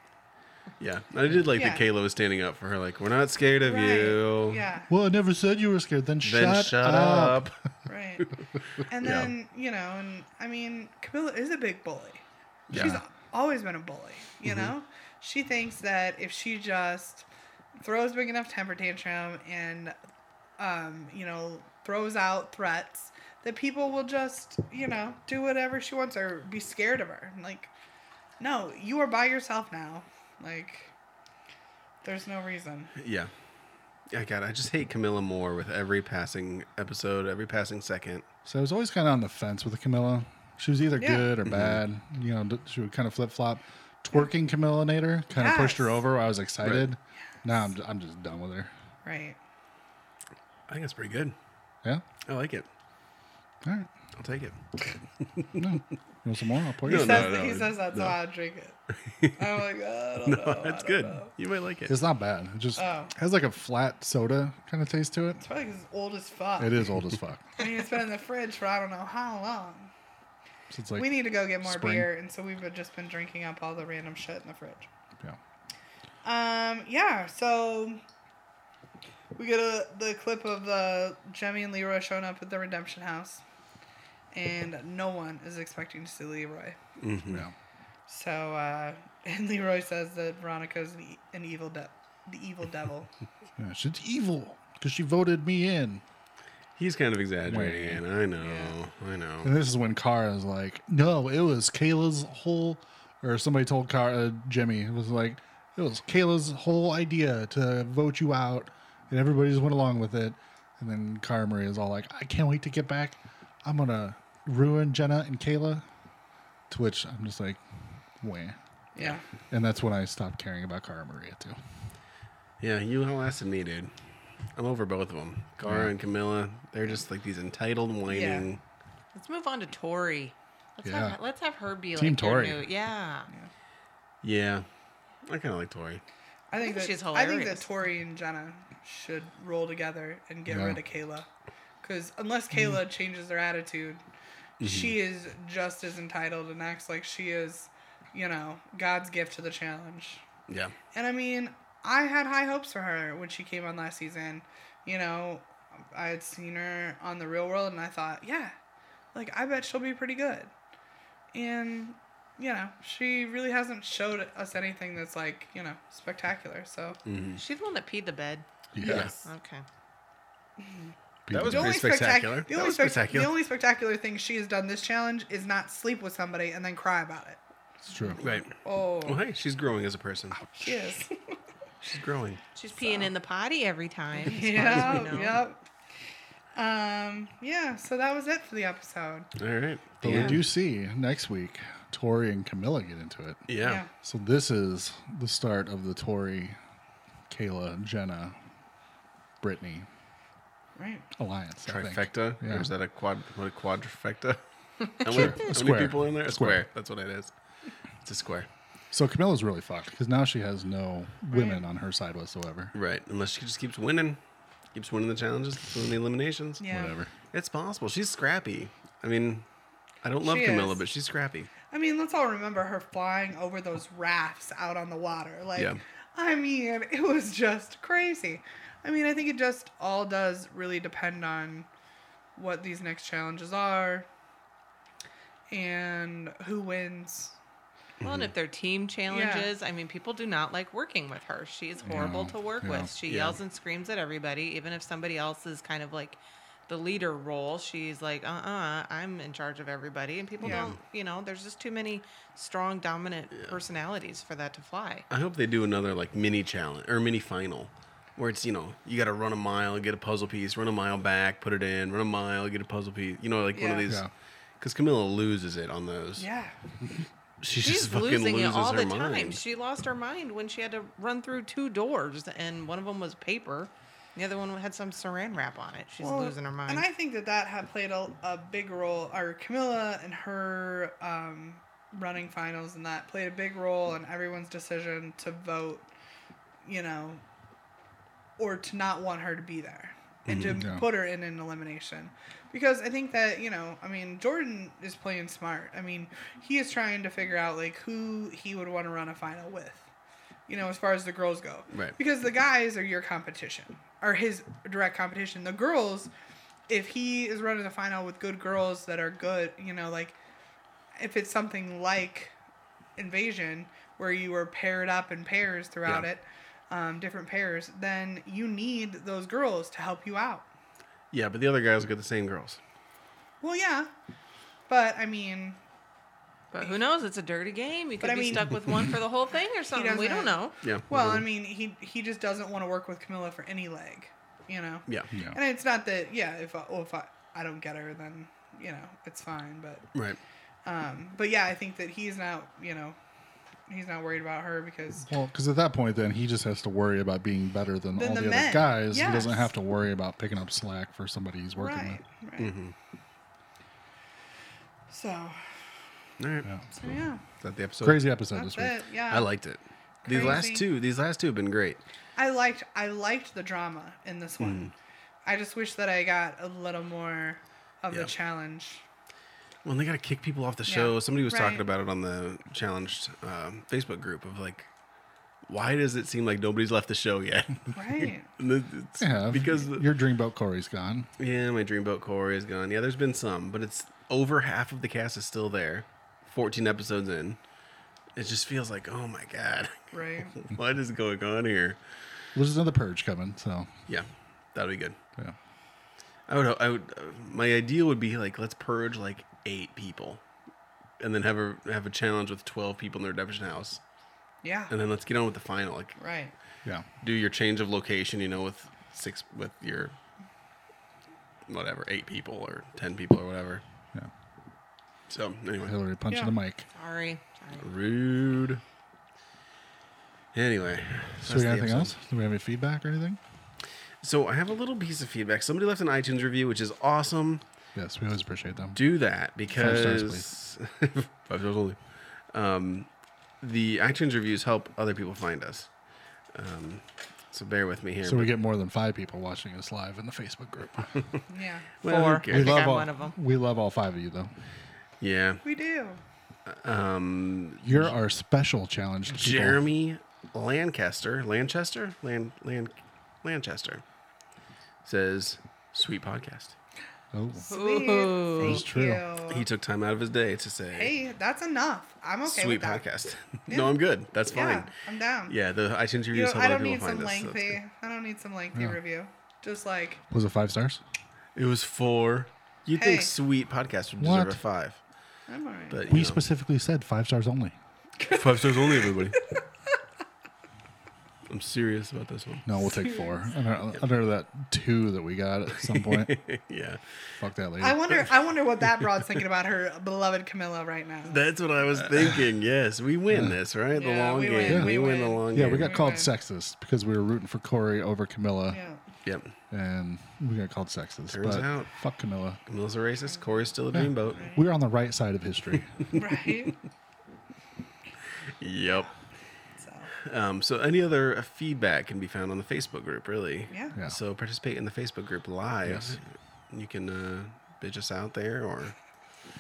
Speaker 3: Yeah. I did like
Speaker 2: Yeah.
Speaker 3: that Kayla was standing up for her, like, we're not scared of you.
Speaker 2: Right. Yeah.
Speaker 5: Well, I never said you were scared. Then,
Speaker 3: Then
Speaker 5: shut,
Speaker 3: shut,
Speaker 5: up.
Speaker 3: up.
Speaker 2: Right. And
Speaker 3: Yeah.
Speaker 2: then, you know, and I mean, Camilla is a big bully. She's
Speaker 3: Yeah. Mm-hmm.
Speaker 2: always been a bully, you know? She thinks that if she just throws big enough temper tantrum and, um, you know, throws out threats, that people will just, you know, do whatever she wants or be scared of her. Like, no, you are by yourself now. Like, there's no reason.
Speaker 3: Yeah. Yeah, God, I just hate Camilla more with every passing episode, every passing second.
Speaker 5: So I was always kind of on the fence with Camilla. She was either
Speaker 2: Yeah.
Speaker 5: good or bad. You know, d- she would kind of flip flop. Twerking Camilla Nader kind of pushed her
Speaker 2: Yes.
Speaker 5: over. I was excited. Now I'm, I'm just done with her.
Speaker 2: Right.
Speaker 3: I think that's pretty good.
Speaker 5: Yeah.
Speaker 3: I like it.
Speaker 5: All right.
Speaker 3: I'll take it.
Speaker 5: You want some more? I'll pour
Speaker 2: He,
Speaker 5: you.
Speaker 3: No,
Speaker 2: says,
Speaker 5: some.
Speaker 3: no, no,
Speaker 2: he says that's
Speaker 3: no.
Speaker 2: why I drink it. I'm like, oh, I don't know. I
Speaker 3: That's
Speaker 2: don't
Speaker 3: good.
Speaker 2: know."
Speaker 3: You might like it.
Speaker 5: It's not bad. It just
Speaker 2: Oh.
Speaker 5: has like a flat soda kind of taste to it.
Speaker 2: It's probably 'cause it's old as fuck.
Speaker 5: It is old as fuck.
Speaker 2: I mean, it's been in the fridge for I don't know how long.
Speaker 5: So it's like,
Speaker 2: we need to go get more
Speaker 5: spring.
Speaker 2: beer, and so we've been- just been drinking up all the random shit in the fridge.
Speaker 5: yeah.
Speaker 2: Um, yeah, so we get a, the clip of the Jemmy and Leroy showing up at the Redemption House, and no one is expecting to see Leroy.
Speaker 5: yeah.
Speaker 2: So, uh, and Leroy says that Veronica's an, e- an evil, de- the evil devil.
Speaker 5: Yeah, she's evil because she voted me in.
Speaker 3: He's kind of exaggerating it. I know. I know.
Speaker 5: And this is when Kara is like, no, it was Kayla's whole, or somebody told Kara, uh, Jimmy, it was like, it was Kayla's whole idea to vote you out. And everybody just went along with it. And then Kara Marie is all like, I can't wait to get back. I'm going to ruin Jenna and Kayla. To which I'm just like, wah.
Speaker 2: Yeah.
Speaker 5: And that's when I stopped caring about Cara Maria too.
Speaker 3: Yeah, you outlasted me, dude. I'm over both of them. Cara and Camilla, they're just like these entitled whining.
Speaker 4: Let's move on to Tori. Let's
Speaker 5: Yeah.
Speaker 4: have let's have her be
Speaker 5: Team
Speaker 4: like your
Speaker 5: Tori.
Speaker 4: new- yeah.
Speaker 3: Yeah. I kind of like Tori.
Speaker 2: I think,
Speaker 4: think
Speaker 2: that,
Speaker 4: she's
Speaker 2: I think that
Speaker 4: hilarious.
Speaker 2: Tori and Jenna should roll together and get
Speaker 5: Yeah.
Speaker 2: rid of Kayla, because unless Kayla changes her attitude, she is just as entitled and acts like she is, you know, God's gift to the challenge.
Speaker 3: Yeah.
Speaker 2: And I mean, I had high hopes for her when she came on last season. You know, I had seen her on the Real World, and I thought, yeah, like I bet she'll be pretty good. And you know, she really hasn't showed us anything that's like you know spectacular. So.
Speaker 3: Mm.
Speaker 4: She's the one that peed the bed.
Speaker 3: Yes.
Speaker 4: Okay.
Speaker 3: That was
Speaker 2: The only
Speaker 3: pretty spectacular.
Speaker 2: spectac- the
Speaker 3: That
Speaker 2: only
Speaker 3: was
Speaker 2: spec-
Speaker 3: spectacular.
Speaker 2: The only spectacular thing she has done this challenge is not sleep with somebody and then cry about it.
Speaker 5: It's true.
Speaker 3: Right. Well,
Speaker 2: Oh,
Speaker 3: hey, she's growing as a person.
Speaker 2: she is.
Speaker 3: She's growing.
Speaker 4: She's peeing in the potty every time. as far as we
Speaker 2: yep,
Speaker 4: know.
Speaker 2: yep. Um, yeah. So that was it for the episode.
Speaker 3: All right.
Speaker 5: But we do see next week Tori and Camilla get into it.
Speaker 3: Yeah.
Speaker 5: So this is the start of the Tory, Kayla, Jenna, Brittany
Speaker 2: Right.
Speaker 5: alliance. I think.
Speaker 3: Trifecta?
Speaker 5: Yeah.
Speaker 3: Or is that a quad what a quadrifecta? How many, how many
Speaker 5: square.
Speaker 3: people in there? A
Speaker 5: Square.
Speaker 3: square. That's what it is. It's a square.
Speaker 5: So Camilla's really fucked because now she has no women on her side whatsoever.
Speaker 3: Right. Unless she just keeps winning. Keeps winning the challenges, keeps winning the eliminations.
Speaker 2: Yeah.
Speaker 5: Whatever.
Speaker 3: It's possible. She's scrappy. I mean, I don't love
Speaker 2: She
Speaker 3: Camilla,
Speaker 2: is.
Speaker 3: but she's scrappy.
Speaker 2: I mean, let's all remember her flying over those rafts out on the water. Like,
Speaker 3: Yeah.
Speaker 2: I mean, it was just crazy. I mean, I think it just all does really depend on what these next challenges are and who wins.
Speaker 4: Well, and if they're team challenges, I mean, people do not like working with her. She is horrible
Speaker 5: No,
Speaker 4: to work
Speaker 5: yeah.
Speaker 4: with. She yells and screams at everybody, even if somebody else is kind of like the leader role. She's like, uh uh-uh, uh, i am in charge of everybody. And people
Speaker 2: Yeah.
Speaker 4: don't, you know, there's just too many strong, dominant personalities for that to fly.
Speaker 3: I hope they do another like mini challenge or mini final where it's, you know, you got to run a mile, get a puzzle piece, run a mile back, put it in, run a mile, get a puzzle piece. You know, like one of
Speaker 2: Yeah.
Speaker 3: these.
Speaker 5: Yeah.
Speaker 3: Because Camilla loses it on those.
Speaker 2: Yeah.
Speaker 3: She just
Speaker 4: She's
Speaker 3: fucking
Speaker 4: losing it
Speaker 3: loses
Speaker 4: all
Speaker 3: her
Speaker 4: the
Speaker 3: mind.
Speaker 4: time. She lost her mind when she had to run through two doors, and one of them was paper, the other one had some saran wrap on it. She's
Speaker 2: Well,
Speaker 4: losing her mind.
Speaker 2: And I think that that had played a, a big role, or Camilla and her um, running finals and that played a big role in everyone's decision to vote, you know, or to not want her to be there and to
Speaker 5: Yeah.
Speaker 2: put her in an elimination. Because I think that, you know, I mean, Jordan is playing smart. I mean, he is trying to figure out, like, who he would want to run a final with you know, as far as the girls go.
Speaker 3: Right.
Speaker 2: Because the guys are your competition, or his direct competition. The girls, if he is running the final with good girls that are good, you know, like if it's something like Invasion, where you were paired up in pairs throughout
Speaker 3: Yeah.
Speaker 2: it, um, different pairs, then you need those girls to help you out.
Speaker 3: Yeah, but the other guys got the same girls.
Speaker 2: Well, yeah. But I mean,
Speaker 4: But who knows? It's a dirty game. You could
Speaker 2: I
Speaker 4: be
Speaker 2: mean-
Speaker 4: stuck with one for the whole thing or something. We don't
Speaker 2: doesn't-
Speaker 4: know.
Speaker 3: Yeah. Mm-hmm.
Speaker 2: well, I mean, he he just doesn't want to work with Camilla for any leg, you know.
Speaker 3: Yeah.
Speaker 5: Yeah.
Speaker 2: And it's not that, yeah, if I, well, if I, I don't get her, then, you know, it's fine. But,
Speaker 3: Right.
Speaker 2: um, but yeah, I think that he's not, you know, he's not worried about her because,
Speaker 5: Well, because at that point, then he just has to worry about being better than
Speaker 2: Than
Speaker 5: all
Speaker 2: the
Speaker 5: the, other
Speaker 2: men.
Speaker 5: guys. He doesn't
Speaker 2: Yes.
Speaker 5: have to worry about picking up slack for somebody he's working
Speaker 2: right,
Speaker 5: with.
Speaker 2: right. So,
Speaker 3: All right.
Speaker 5: Yeah.
Speaker 2: so yeah,
Speaker 3: Is that the episode?
Speaker 5: Crazy episode
Speaker 2: that's
Speaker 5: this week.
Speaker 2: it. Yeah.
Speaker 3: I liked it. These last
Speaker 2: Crazy.
Speaker 3: two, these last two have been great.
Speaker 2: I liked, I liked the drama in this one. I just wish that I got a little more of
Speaker 3: Hmm. Yeah.
Speaker 2: the challenge.
Speaker 3: Well, they got to kick people off the show. Somebody was talking
Speaker 2: Right.
Speaker 3: about it on the challenged um, Facebook group of like, why does it seem like nobody's left the show yet?
Speaker 2: Right.
Speaker 3: And it- it's
Speaker 5: Yeah,
Speaker 3: because the-
Speaker 5: your dreamboat Corey's gone.
Speaker 3: yeah, my dreamboat Corey is gone. Yeah, there's been some, but it's over half of the cast is still there. 14 episodes in, it just feels like, oh my god,
Speaker 2: right.
Speaker 3: what is going on here?
Speaker 5: Well, there's another purge coming, so
Speaker 3: Yeah, that'll be good.
Speaker 5: yeah.
Speaker 3: I would. I would. Uh, my ideal would be like let's purge like eight people, and then have a have a challenge with twelve people in their redemption house,
Speaker 2: Yeah.
Speaker 3: and then let's get on with the final. Like
Speaker 2: Right.
Speaker 5: Yeah.
Speaker 3: do your change of location, you know, with six with your whatever eight people or ten people or whatever.
Speaker 5: Yeah.
Speaker 3: So anyway,
Speaker 5: Hillary punching
Speaker 2: Yeah.
Speaker 5: the mic.
Speaker 4: Sorry. Sorry.
Speaker 3: rude. Anyway, that's
Speaker 5: So we
Speaker 3: the
Speaker 5: got anything
Speaker 3: episode.
Speaker 5: else? Do we have any feedback or anything?
Speaker 3: So I have a little piece of feedback. Somebody left an iTunes review, which is awesome.
Speaker 5: Yes, we always appreciate them.
Speaker 3: do that because
Speaker 5: stars,
Speaker 3: Five stars only. Um, the iTunes reviews help other people find us. Um, so bear with me here.
Speaker 5: so we get more than five people watching us live in the Facebook group.
Speaker 2: Yeah.
Speaker 3: Well, who
Speaker 4: Four.
Speaker 3: cares?
Speaker 4: I
Speaker 5: we
Speaker 4: think
Speaker 5: love
Speaker 4: I'm
Speaker 5: all,
Speaker 4: one of them.
Speaker 5: We love all five of you, though.
Speaker 3: yeah.
Speaker 2: We do.
Speaker 3: Um,
Speaker 5: You're our special challenged people.
Speaker 3: Jeremy Lancaster, Lanchester, Lan, Lan, Lanchester says, "Sweet podcast."
Speaker 5: Oh,
Speaker 2: Sweet.
Speaker 4: Ooh.
Speaker 2: Thank
Speaker 5: It's true.
Speaker 2: you.
Speaker 3: He took time out of his day to say,
Speaker 2: Hey, that's enough. I'm okay
Speaker 3: "Sweet
Speaker 2: with that.
Speaker 3: podcast."
Speaker 2: Yeah.
Speaker 3: no, I'm good. That's
Speaker 2: Yeah,
Speaker 3: fine.
Speaker 2: I'm down.
Speaker 3: Yeah, the iTunes
Speaker 2: You know,
Speaker 3: reviews help
Speaker 2: I
Speaker 3: other
Speaker 2: don't
Speaker 3: people
Speaker 2: need
Speaker 3: find
Speaker 2: some
Speaker 3: us. so that's
Speaker 2: lengthy.
Speaker 3: good.
Speaker 2: I don't need some lengthy review. Just like
Speaker 5: was it five stars?
Speaker 3: It was four. You You'd
Speaker 2: Hey.
Speaker 3: think sweet podcast would deserve
Speaker 5: What?
Speaker 3: a five?
Speaker 2: I'm alright.
Speaker 3: But you
Speaker 5: We
Speaker 3: know,
Speaker 5: specifically said five stars only.
Speaker 3: five stars only, everybody. I'm serious about this one.
Speaker 5: No, we'll take four. Under, under that two that we got at some point.
Speaker 3: yeah,
Speaker 5: Fuck that lady.
Speaker 2: I wonder. I wonder what that broad's thinking about her beloved Camilla right now.
Speaker 3: that's what I was thinking. Yes, we win this, right? The
Speaker 2: Yeah,
Speaker 3: long
Speaker 2: we
Speaker 3: game.
Speaker 2: win,
Speaker 3: We,
Speaker 2: we
Speaker 3: win the
Speaker 2: win.
Speaker 3: long
Speaker 5: yeah,
Speaker 3: game.
Speaker 5: we got called
Speaker 2: Okay.
Speaker 5: sexist because we were rooting for Corey over Camilla,
Speaker 2: yeah.
Speaker 3: Yep.
Speaker 5: and we got called sexist.
Speaker 3: Turns
Speaker 5: but
Speaker 3: out-
Speaker 5: fuck Camilla.
Speaker 3: Camille's a racist. Corey's still a dreamboat.
Speaker 5: We were on the right side of history.
Speaker 2: Right.
Speaker 3: Yep.
Speaker 2: So
Speaker 3: Um, so any other uh, feedback can be found on the Facebook group, really.
Speaker 2: yeah.
Speaker 5: Yeah.
Speaker 3: So participate in the Facebook group live.
Speaker 5: Yes.
Speaker 3: You can uh, bitch us out there or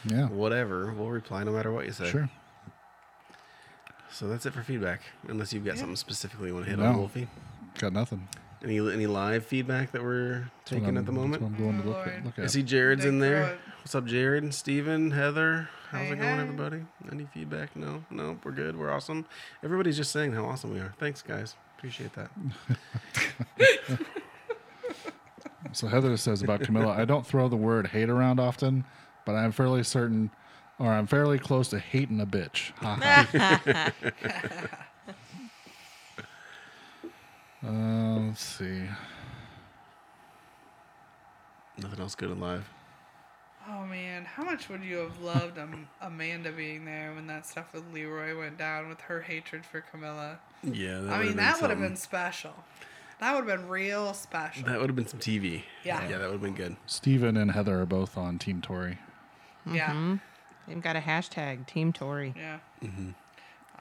Speaker 5: yeah,
Speaker 3: whatever. We'll reply no matter what you say.
Speaker 5: sure.
Speaker 3: So that's it for feedback. Unless you've got something specifically you want to hit on,
Speaker 5: No.
Speaker 3: Wolfie.
Speaker 5: Got nothing.
Speaker 3: Any any live feedback that we're
Speaker 5: That's what
Speaker 3: taking
Speaker 5: I'm-
Speaker 3: at the
Speaker 5: that's
Speaker 3: moment?
Speaker 5: what I'm going to
Speaker 2: Oh,
Speaker 5: look at.
Speaker 2: Lord.
Speaker 5: Look
Speaker 3: I
Speaker 5: at.
Speaker 3: see Jared's
Speaker 2: Dig
Speaker 3: in
Speaker 2: through
Speaker 3: there.
Speaker 2: it.
Speaker 3: What's up, Jared and Steven, Heather? How's
Speaker 2: Hey,
Speaker 3: it going,
Speaker 2: hey.
Speaker 3: everybody? Any feedback? No, no, we're good. We're awesome. Everybody's just saying how awesome we are. Thanks, guys. Appreciate that.
Speaker 5: So Heather says about Camilla, I don't throw the word hate around often, but I'm fairly certain, or I'm fairly close to hating a bitch. Ha ha. uh, let's see.
Speaker 3: Nothing else good alive.
Speaker 2: Oh man, how much would you have loved um, Amanda being there when that stuff with Leroy went down with her hatred for Camilla?
Speaker 3: Yeah,
Speaker 2: I mean, that would have been special. That would have been real special.
Speaker 3: that would have been some TV.
Speaker 2: Yeah.
Speaker 3: yeah, that would have been good.
Speaker 5: Steven and Heather are both on Team Tory.
Speaker 4: Mm-hmm.
Speaker 2: Yeah,
Speaker 4: They've got a hashtag Team Tory.
Speaker 2: yeah.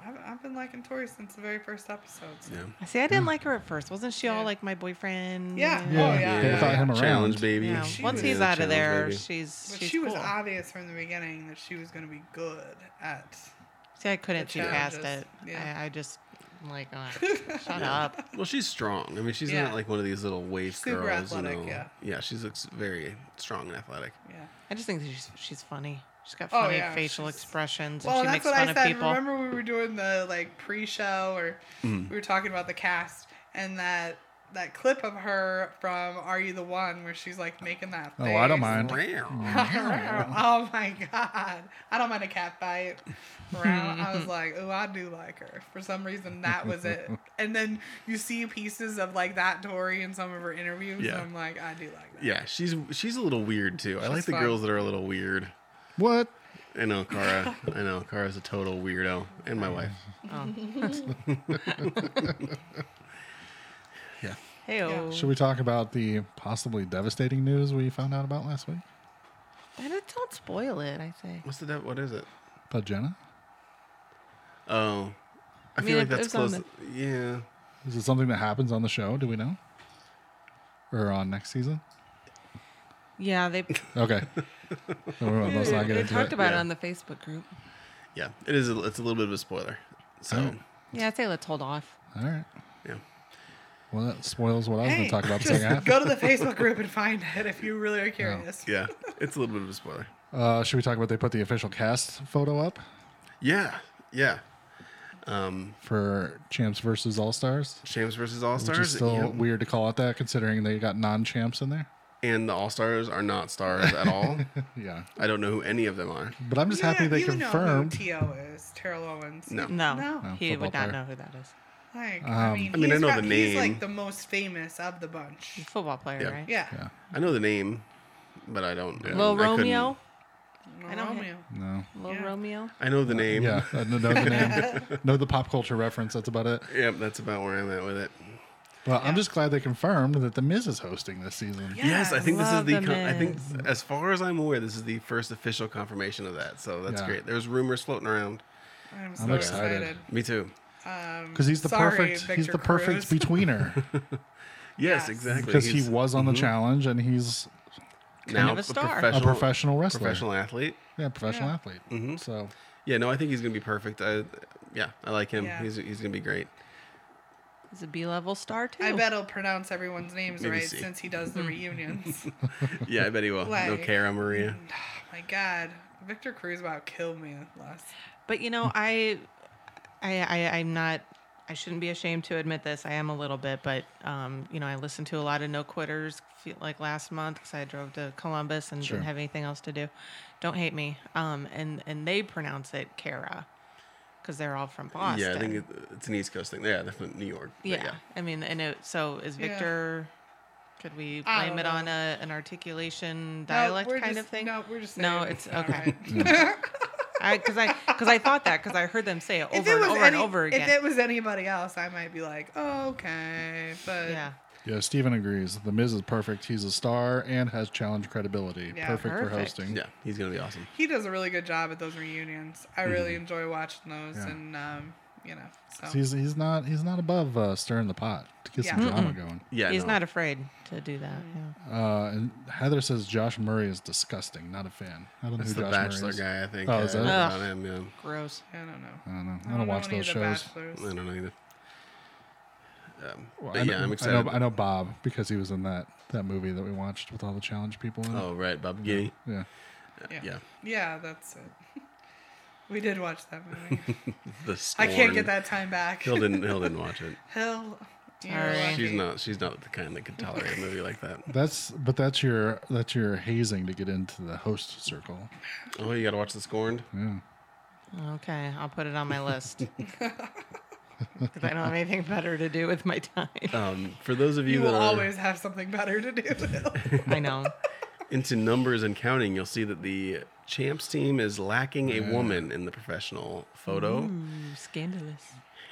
Speaker 2: I've, I've been liking Tori since the very first episode. so-
Speaker 3: Yeah.
Speaker 4: I See, I didn't like her at first. Wasn't she
Speaker 2: Yeah.
Speaker 4: all like my boyfriend?
Speaker 2: Yeah.
Speaker 4: and-
Speaker 2: Yeah. Oh, yeah,
Speaker 5: They
Speaker 2: yeah,
Speaker 5: thought
Speaker 2: yeah.
Speaker 5: him around.
Speaker 3: Challenge baby.
Speaker 4: Yeah.
Speaker 2: She
Speaker 4: Once
Speaker 2: was-
Speaker 4: he's
Speaker 3: Yeah,
Speaker 4: out of
Speaker 3: challenge
Speaker 4: there,
Speaker 3: baby.
Speaker 4: she's
Speaker 2: But
Speaker 4: she's
Speaker 2: she was
Speaker 4: cool.
Speaker 2: obvious from the beginning that she was going to be good at.
Speaker 4: See, I couldn't
Speaker 2: the
Speaker 4: see past
Speaker 2: challenges.
Speaker 4: it.
Speaker 2: Yeah.
Speaker 4: I, I just I'm like "Ugh, shut up.
Speaker 3: Well, she's strong. I mean, she's
Speaker 2: Yeah.
Speaker 3: not like one of these little waif
Speaker 2: Super
Speaker 3: girls.
Speaker 2: athletic,
Speaker 3: you know.
Speaker 2: yeah.
Speaker 3: she looks very strong and athletic.
Speaker 2: Yeah.
Speaker 4: I just think that she's she's funny. She's got
Speaker 2: Oh,
Speaker 4: funny
Speaker 2: yeah,
Speaker 4: facial
Speaker 2: she's-
Speaker 4: expressions
Speaker 2: Well,
Speaker 4: and she
Speaker 2: that's what
Speaker 4: makes
Speaker 2: I
Speaker 4: fun
Speaker 2: said.
Speaker 4: of people.
Speaker 2: Remember we were doing the like pre-show or
Speaker 5: Mm.
Speaker 2: we were talking about the cast and that that clip of her from Are You the One where she's like making that.
Speaker 5: Oh, I don't
Speaker 2: face.
Speaker 5: mind.
Speaker 2: oh my god! I don't mind a cat fight. Round. I was like, oh, I do like her. For some reason, that was it. And then you see pieces of like that Tori in some of her interviews.
Speaker 3: Yeah.
Speaker 2: And I'm like, I do like that.
Speaker 3: Yeah, she's she's a little weird too. I like the
Speaker 2: fun.
Speaker 3: girls that are a little weird.
Speaker 5: What?
Speaker 3: I know, Cara. I know, Cara's a total weirdo, and my wife. yeah.
Speaker 4: Hey, oh,
Speaker 5: Should we talk about the possibly devastating news we found out about last week?
Speaker 4: don't spoil it. I think.
Speaker 3: What's the dev- what is it?
Speaker 5: About Jenna?
Speaker 3: Oh, I,
Speaker 4: mean,
Speaker 3: feel like
Speaker 4: it-
Speaker 3: that's
Speaker 4: it's on
Speaker 3: close. Yeah,
Speaker 5: Is it something that happens on the show? Do we know? Or on next season?
Speaker 4: Yeah, they
Speaker 5: Okay. Then we won't- let's not get
Speaker 4: they
Speaker 5: into
Speaker 4: talked
Speaker 5: it.
Speaker 4: about
Speaker 3: yeah.
Speaker 4: it on the Facebook group.
Speaker 3: yeah. It is. A, it's a little bit of a spoiler. So
Speaker 5: Alright.
Speaker 4: Yeah, I'd say let's hold off.
Speaker 5: All right.
Speaker 3: yeah,
Speaker 5: Well, that spoils what I was
Speaker 2: Hey,
Speaker 5: going to talk about the
Speaker 2: just
Speaker 5: second half.
Speaker 2: go to the Facebook group and find it if you really are curious.
Speaker 3: yeah. It's a little bit of a spoiler.
Speaker 5: Uh, should we talk about they put the official cast photo up
Speaker 3: Yeah, yeah. Um,
Speaker 5: for Champs versus All Stars?
Speaker 3: James versus All
Speaker 5: Which is
Speaker 3: Stars.
Speaker 5: still weird to call it that considering they got non champs in there.
Speaker 3: and the All Stars are not stars at all.
Speaker 5: Yeah.
Speaker 3: I don't know who any of them are.
Speaker 5: But I'm just happy
Speaker 2: know-
Speaker 5: they
Speaker 2: you
Speaker 5: confirmed.
Speaker 2: Know who T.O. is Terrell Owens.
Speaker 3: No.
Speaker 4: No,
Speaker 2: No.
Speaker 4: he
Speaker 5: Football
Speaker 4: would not
Speaker 5: player.
Speaker 4: know who that is.
Speaker 2: Like,
Speaker 5: Um,
Speaker 2: I mean,
Speaker 3: I mean, I
Speaker 2: he's
Speaker 3: know
Speaker 2: got-
Speaker 3: the
Speaker 2: He's
Speaker 3: name.
Speaker 2: like the most famous of the bunch.
Speaker 4: Football player,
Speaker 3: Yeah.
Speaker 4: right?
Speaker 2: Yeah.
Speaker 3: I know the name, but I don't. I
Speaker 4: Little
Speaker 3: couldn't-
Speaker 4: Romeo.
Speaker 2: I
Speaker 4: I know
Speaker 2: know
Speaker 4: him.
Speaker 2: Romeo.
Speaker 5: No.
Speaker 4: Little
Speaker 2: Yeah.
Speaker 4: Romeo.
Speaker 3: I know the name.
Speaker 5: Uh, Yeah. I know the name. Know the pop culture reference. That's about it.
Speaker 3: Yep, that's about where I'm at with it.
Speaker 5: Well, I'm just glad they confirmed that The Miz is hosting this season.
Speaker 2: Yeah.
Speaker 3: Yes, I think this is
Speaker 4: love
Speaker 3: the.
Speaker 4: the
Speaker 3: Con- I think,
Speaker 4: Miz.
Speaker 3: as far as I'm aware, this is the first official confirmation of that. So that's
Speaker 5: Yeah.
Speaker 3: great. There's rumors floating around.
Speaker 2: I'm so
Speaker 5: excited.
Speaker 2: excited.
Speaker 3: Me too.
Speaker 5: Because he's the
Speaker 2: Sorry,
Speaker 5: perfect. he's
Speaker 2: Victor
Speaker 5: the perfect
Speaker 2: Cruz.
Speaker 5: betweener.
Speaker 3: Yes,
Speaker 2: Yes.
Speaker 3: exactly.
Speaker 5: Because he
Speaker 3: He's mm-hmm.
Speaker 5: was on the challenge and he's
Speaker 3: now
Speaker 4: of a star. A
Speaker 5: a professional wrestler.
Speaker 3: professional athlete.
Speaker 5: Yeah, professional athlete.
Speaker 3: Mm-hmm.
Speaker 5: So
Speaker 3: Yeah, no, I think he's gonna be perfect. I, yeah, I like him.
Speaker 2: Yeah.
Speaker 3: He's he's gonna be great.
Speaker 4: He's a B-level star too.
Speaker 2: I bet he'll pronounce everyone's names
Speaker 3: Maybe
Speaker 2: right
Speaker 3: C.
Speaker 2: since he does
Speaker 5: Hmm.
Speaker 2: the reunions.
Speaker 3: Yeah, I bet he will. no
Speaker 2: Like-
Speaker 3: Cara Maria.
Speaker 4: mm,
Speaker 2: My God, Victor Cruz about killed me last.
Speaker 4: But you know, I, I, I, I'm not. I shouldn't be ashamed to admit this. I am a little bit, but um, you know, I listened to a lot of no quitters feel like last month because I drove to Columbus and
Speaker 5: Sure.
Speaker 4: didn't have anything else to do. Don't hate me. Um, and and they pronounce it Cara because they're all from Boston.
Speaker 3: Yeah, I think it, it's an East Coast thing. Yeah, they're from New York. but
Speaker 4: yeah. I mean, and it, so is
Speaker 2: Yeah.
Speaker 4: Victor. Could we
Speaker 2: I
Speaker 4: blame
Speaker 2: don't
Speaker 4: it on
Speaker 2: know.
Speaker 4: a, an articulation
Speaker 2: No,
Speaker 4: dialect
Speaker 2: we're
Speaker 4: kind
Speaker 2: just-
Speaker 4: of thing?
Speaker 2: No, we're just
Speaker 4: no.
Speaker 2: saying.
Speaker 4: It's
Speaker 2: All
Speaker 4: okay.
Speaker 2: right.
Speaker 4: I because I because I thought that because I heard them say it over
Speaker 2: If it
Speaker 4: and
Speaker 2: was
Speaker 4: over and
Speaker 2: any-
Speaker 4: over again.
Speaker 2: if it was anybody else, I might be like, oh, okay, but
Speaker 4: Yeah.
Speaker 5: yeah, Steven agrees. The Miz is perfect. He's a star and has challenge credibility.
Speaker 2: Yeah.
Speaker 5: perfect, for
Speaker 4: Perfect.
Speaker 5: hosting.
Speaker 3: Yeah, he's gonna be awesome.
Speaker 2: he does a really good job at those reunions. I really enjoy watching those,
Speaker 5: Hmm. Yeah.
Speaker 2: and um, you know, so
Speaker 5: 'Cause He's he's not he's not above uh, stirring the pot to get some
Speaker 2: Yeah.
Speaker 5: drama going.
Speaker 3: Yeah,
Speaker 4: He's
Speaker 3: no.
Speaker 4: not afraid to do that. Yeah.
Speaker 5: Uh, and Heather says Josh Murray is disgusting. Not a fan. I don't know
Speaker 3: It's
Speaker 5: who
Speaker 3: the
Speaker 5: Josh
Speaker 3: Bachelor
Speaker 5: Murray is.
Speaker 3: guy. I think.
Speaker 5: Oh,
Speaker 3: I
Speaker 5: is
Speaker 3: don't
Speaker 5: that-
Speaker 3: know
Speaker 4: Ugh.
Speaker 3: about him. Yeah.
Speaker 4: Gross.
Speaker 2: I don't know.
Speaker 5: I don't know. I don't, watch
Speaker 2: any
Speaker 5: those
Speaker 2: of the
Speaker 5: shows.
Speaker 2: Bachelors.
Speaker 3: I don't know either. Um,
Speaker 5: Well,
Speaker 3: but
Speaker 5: I know,
Speaker 3: yeah, I'm
Speaker 5: I know-
Speaker 3: excited.
Speaker 5: I know, Bob because he was in that that movie that we watched with all the challenge people in. it.
Speaker 3: Oh right, Bob Giddy.
Speaker 5: Yeah.
Speaker 2: Yeah.
Speaker 3: Yeah.
Speaker 2: Yeah, that's it. We did watch that movie.
Speaker 3: The
Speaker 2: I can't
Speaker 3: Scorn.
Speaker 2: get that time back.
Speaker 3: Hill didn't. Hill didn't watch it.
Speaker 2: Hell. you're
Speaker 4: Sorry.
Speaker 2: lucky.
Speaker 3: She's not. She's not the kind that could tolerate a movie like that.
Speaker 5: That's but that's your that's your hazing to get into the host circle.
Speaker 3: Oh, you gotta watch The Scorned.
Speaker 5: Yeah.
Speaker 4: Okay, I'll put it on my list. Because I don't have anything better to do with my time.
Speaker 3: Um, for those of you,
Speaker 2: You
Speaker 3: that
Speaker 2: will
Speaker 3: are
Speaker 2: always have something better to do. Will.
Speaker 4: I know.
Speaker 3: into numbers and counting, you'll see that the champs team is lacking a woman in the professional photo.
Speaker 2: Mm.
Speaker 4: Ooh, scandalous.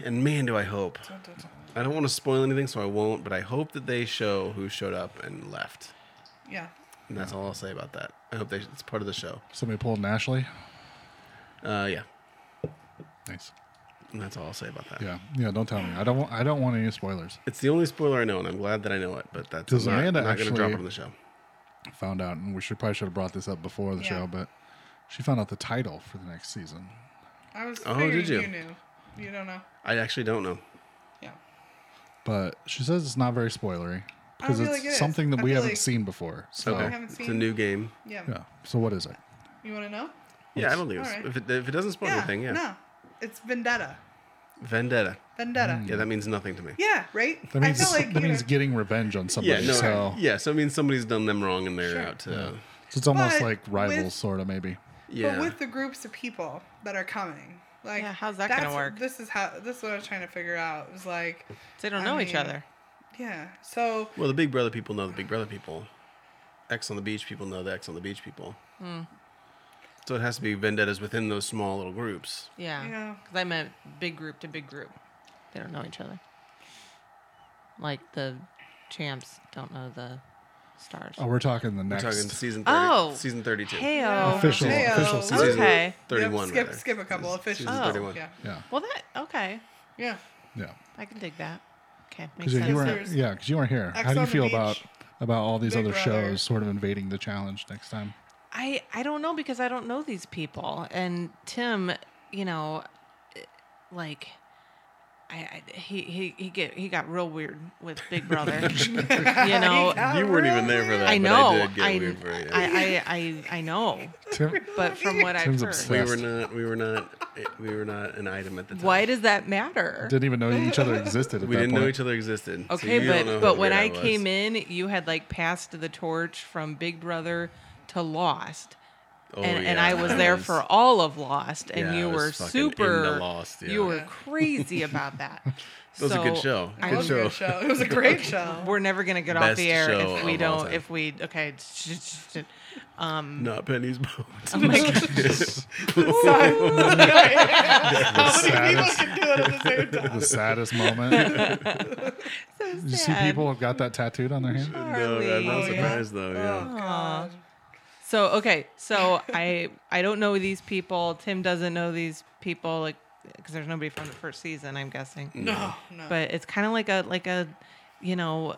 Speaker 3: And man, do I hope. I don't want to spoil anything, so I won't. But I hope that they show who showed up and left.
Speaker 2: yeah.
Speaker 3: And that's all I'll say about that. I hope they, it's part of the show.
Speaker 5: Somebody pulled Ashley.
Speaker 3: Uh, yeah,
Speaker 5: Nice.
Speaker 3: and that's all I'll say about that.
Speaker 5: Yeah. Yeah. Don't tell me. I don't. Want, I don't want any spoilers.
Speaker 3: It's the only spoiler I know, and I'm glad that I know it. But that's
Speaker 5: Does
Speaker 3: I'm not,
Speaker 5: Amanda
Speaker 3: not going to drop
Speaker 5: actually-
Speaker 3: it on the show.
Speaker 5: Found out, and we should probably should have brought this up before the
Speaker 2: Yeah.
Speaker 5: show, but she found out the title for the next season.
Speaker 2: I was.
Speaker 3: Oh,
Speaker 2: figuring
Speaker 3: did you?
Speaker 2: You knew. You don't know.
Speaker 3: I actually don't know.
Speaker 2: Yeah.
Speaker 5: But she says it's not very spoilery because
Speaker 2: feel
Speaker 5: it's
Speaker 2: like it is.
Speaker 5: something that
Speaker 2: Oh, I
Speaker 5: we
Speaker 2: feel
Speaker 5: haven't
Speaker 2: like-
Speaker 5: seen before. So
Speaker 2: I haven't
Speaker 3: It's a
Speaker 2: seen-
Speaker 3: new game.
Speaker 2: Yeah.
Speaker 5: yeah. So what is it?
Speaker 2: You want to know?
Speaker 3: Yeah, I don't think it's,
Speaker 2: All right.
Speaker 3: if, it, if it doesn't spoil anything, yeah.
Speaker 2: No. It's vendetta.
Speaker 3: Vendetta.
Speaker 2: Vendetta.
Speaker 3: Yeah, that means nothing to me.
Speaker 2: Yeah. Right.
Speaker 5: Mm, That means
Speaker 2: I feel like
Speaker 5: that
Speaker 2: you
Speaker 5: means
Speaker 2: know,
Speaker 5: getting revenge on
Speaker 3: Yeah,
Speaker 5: somebody.
Speaker 3: no,
Speaker 5: so,
Speaker 3: yeah. So it means somebody's done them wrong, and they're
Speaker 2: Sure.
Speaker 3: out to.
Speaker 5: so it's almost
Speaker 2: But
Speaker 5: like rivals,
Speaker 2: with-
Speaker 5: sort of maybe.
Speaker 3: Yeah.
Speaker 2: But with the groups of people that are coming, like
Speaker 4: Yeah, how's that gonna
Speaker 2: that's-
Speaker 4: work?
Speaker 2: This is how. This is what I was trying to figure out. It was like,
Speaker 4: They don't
Speaker 2: I
Speaker 4: know each
Speaker 2: mean-
Speaker 4: other.
Speaker 2: yeah. So
Speaker 3: well, the Big Brother people know the Big Brother people. X on the beach people know the X on the beach people.
Speaker 2: Hmm.
Speaker 3: So it has to be vendettas within those small little groups.
Speaker 4: Yeah.
Speaker 2: Yeah.
Speaker 4: Because I meant big group to big group. They don't know each other. Like the champs don't know the stars.
Speaker 5: Oh, we're talking the
Speaker 3: We're
Speaker 5: next.
Speaker 3: talking season 30,
Speaker 4: Oh.
Speaker 3: season 32.
Speaker 4: Heyo.
Speaker 5: Official-
Speaker 2: Hey,
Speaker 5: official
Speaker 2: oh.
Speaker 5: season.
Speaker 3: Season
Speaker 4: Okay.
Speaker 3: 31.
Speaker 2: Yep, skip,
Speaker 3: rather.
Speaker 2: skip a couple
Speaker 3: Season-
Speaker 2: official.
Speaker 3: Season
Speaker 4: Oh.
Speaker 3: 31.
Speaker 2: Yeah.
Speaker 5: Yeah.
Speaker 4: Well, that, okay.
Speaker 2: Yeah.
Speaker 5: Yeah.
Speaker 4: I can dig that. Okay.
Speaker 5: Because
Speaker 4: Makes
Speaker 5: yeah,
Speaker 4: sense.
Speaker 5: you weren't.
Speaker 2: Sisters.
Speaker 5: Yeah, 'cause you weren't here.
Speaker 2: X
Speaker 5: How do you
Speaker 2: on the
Speaker 5: feel
Speaker 2: beach.
Speaker 5: about about all these
Speaker 2: Big
Speaker 5: other
Speaker 2: Brother.
Speaker 5: shows sort of invading the challenge next time?
Speaker 4: I, I don't know because I don't know these people. And Tim, you know, eh, like, I, I he, he, he, get, he got real weird with Big Brother. you know,
Speaker 2: got
Speaker 3: You weren't even there for that.
Speaker 4: I
Speaker 3: but
Speaker 4: know.
Speaker 3: I did get
Speaker 4: I,
Speaker 3: weird for it.
Speaker 4: I, I, I, I know.
Speaker 5: Tim,
Speaker 4: But from what I've
Speaker 5: Tim's
Speaker 4: heard,
Speaker 5: obsessed.
Speaker 3: we were not. We were not. We were not an item at the time.
Speaker 4: why does that matter?
Speaker 5: didn't even know each other existed. At
Speaker 3: We
Speaker 5: that
Speaker 3: didn't
Speaker 5: point.
Speaker 3: know each other existed. so
Speaker 4: Okay,
Speaker 3: you don't know
Speaker 4: but
Speaker 3: who
Speaker 4: but when
Speaker 3: weird
Speaker 4: I
Speaker 3: was.
Speaker 4: came in, you had like passed the torch from Big Brother to Lost,
Speaker 3: Oh,
Speaker 4: and, and
Speaker 3: yeah,
Speaker 4: I was there for all of Lost, and
Speaker 3: Yeah,
Speaker 4: you
Speaker 3: I
Speaker 4: were
Speaker 3: was fucking
Speaker 4: super
Speaker 3: into Lost, yeah.
Speaker 4: You were crazy about that.
Speaker 3: It was a good show.
Speaker 2: I
Speaker 4: I-
Speaker 2: love your show. It was a great show.
Speaker 4: We're never gonna get off
Speaker 3: Best
Speaker 4: the air
Speaker 3: show
Speaker 4: if we
Speaker 3: of all
Speaker 4: don't.
Speaker 3: time.
Speaker 4: If we okay, um,
Speaker 3: Not Penny's boat.
Speaker 4: oh my God.
Speaker 2: How many people can do it at the same time?
Speaker 5: The saddest moment. you see
Speaker 4: sad.
Speaker 5: people have got that tattooed on their hand.
Speaker 3: no, I'm
Speaker 4: Charlie.
Speaker 3: not
Speaker 2: Oh, yeah.
Speaker 3: surprised though. Yeah.
Speaker 2: Oh, God.
Speaker 4: So okay, so I I don't know these people. Tim doesn't know these people, like because there's nobody from the first season, I'm guessing.
Speaker 2: No, no.
Speaker 4: But it's kind of like a like a, you know,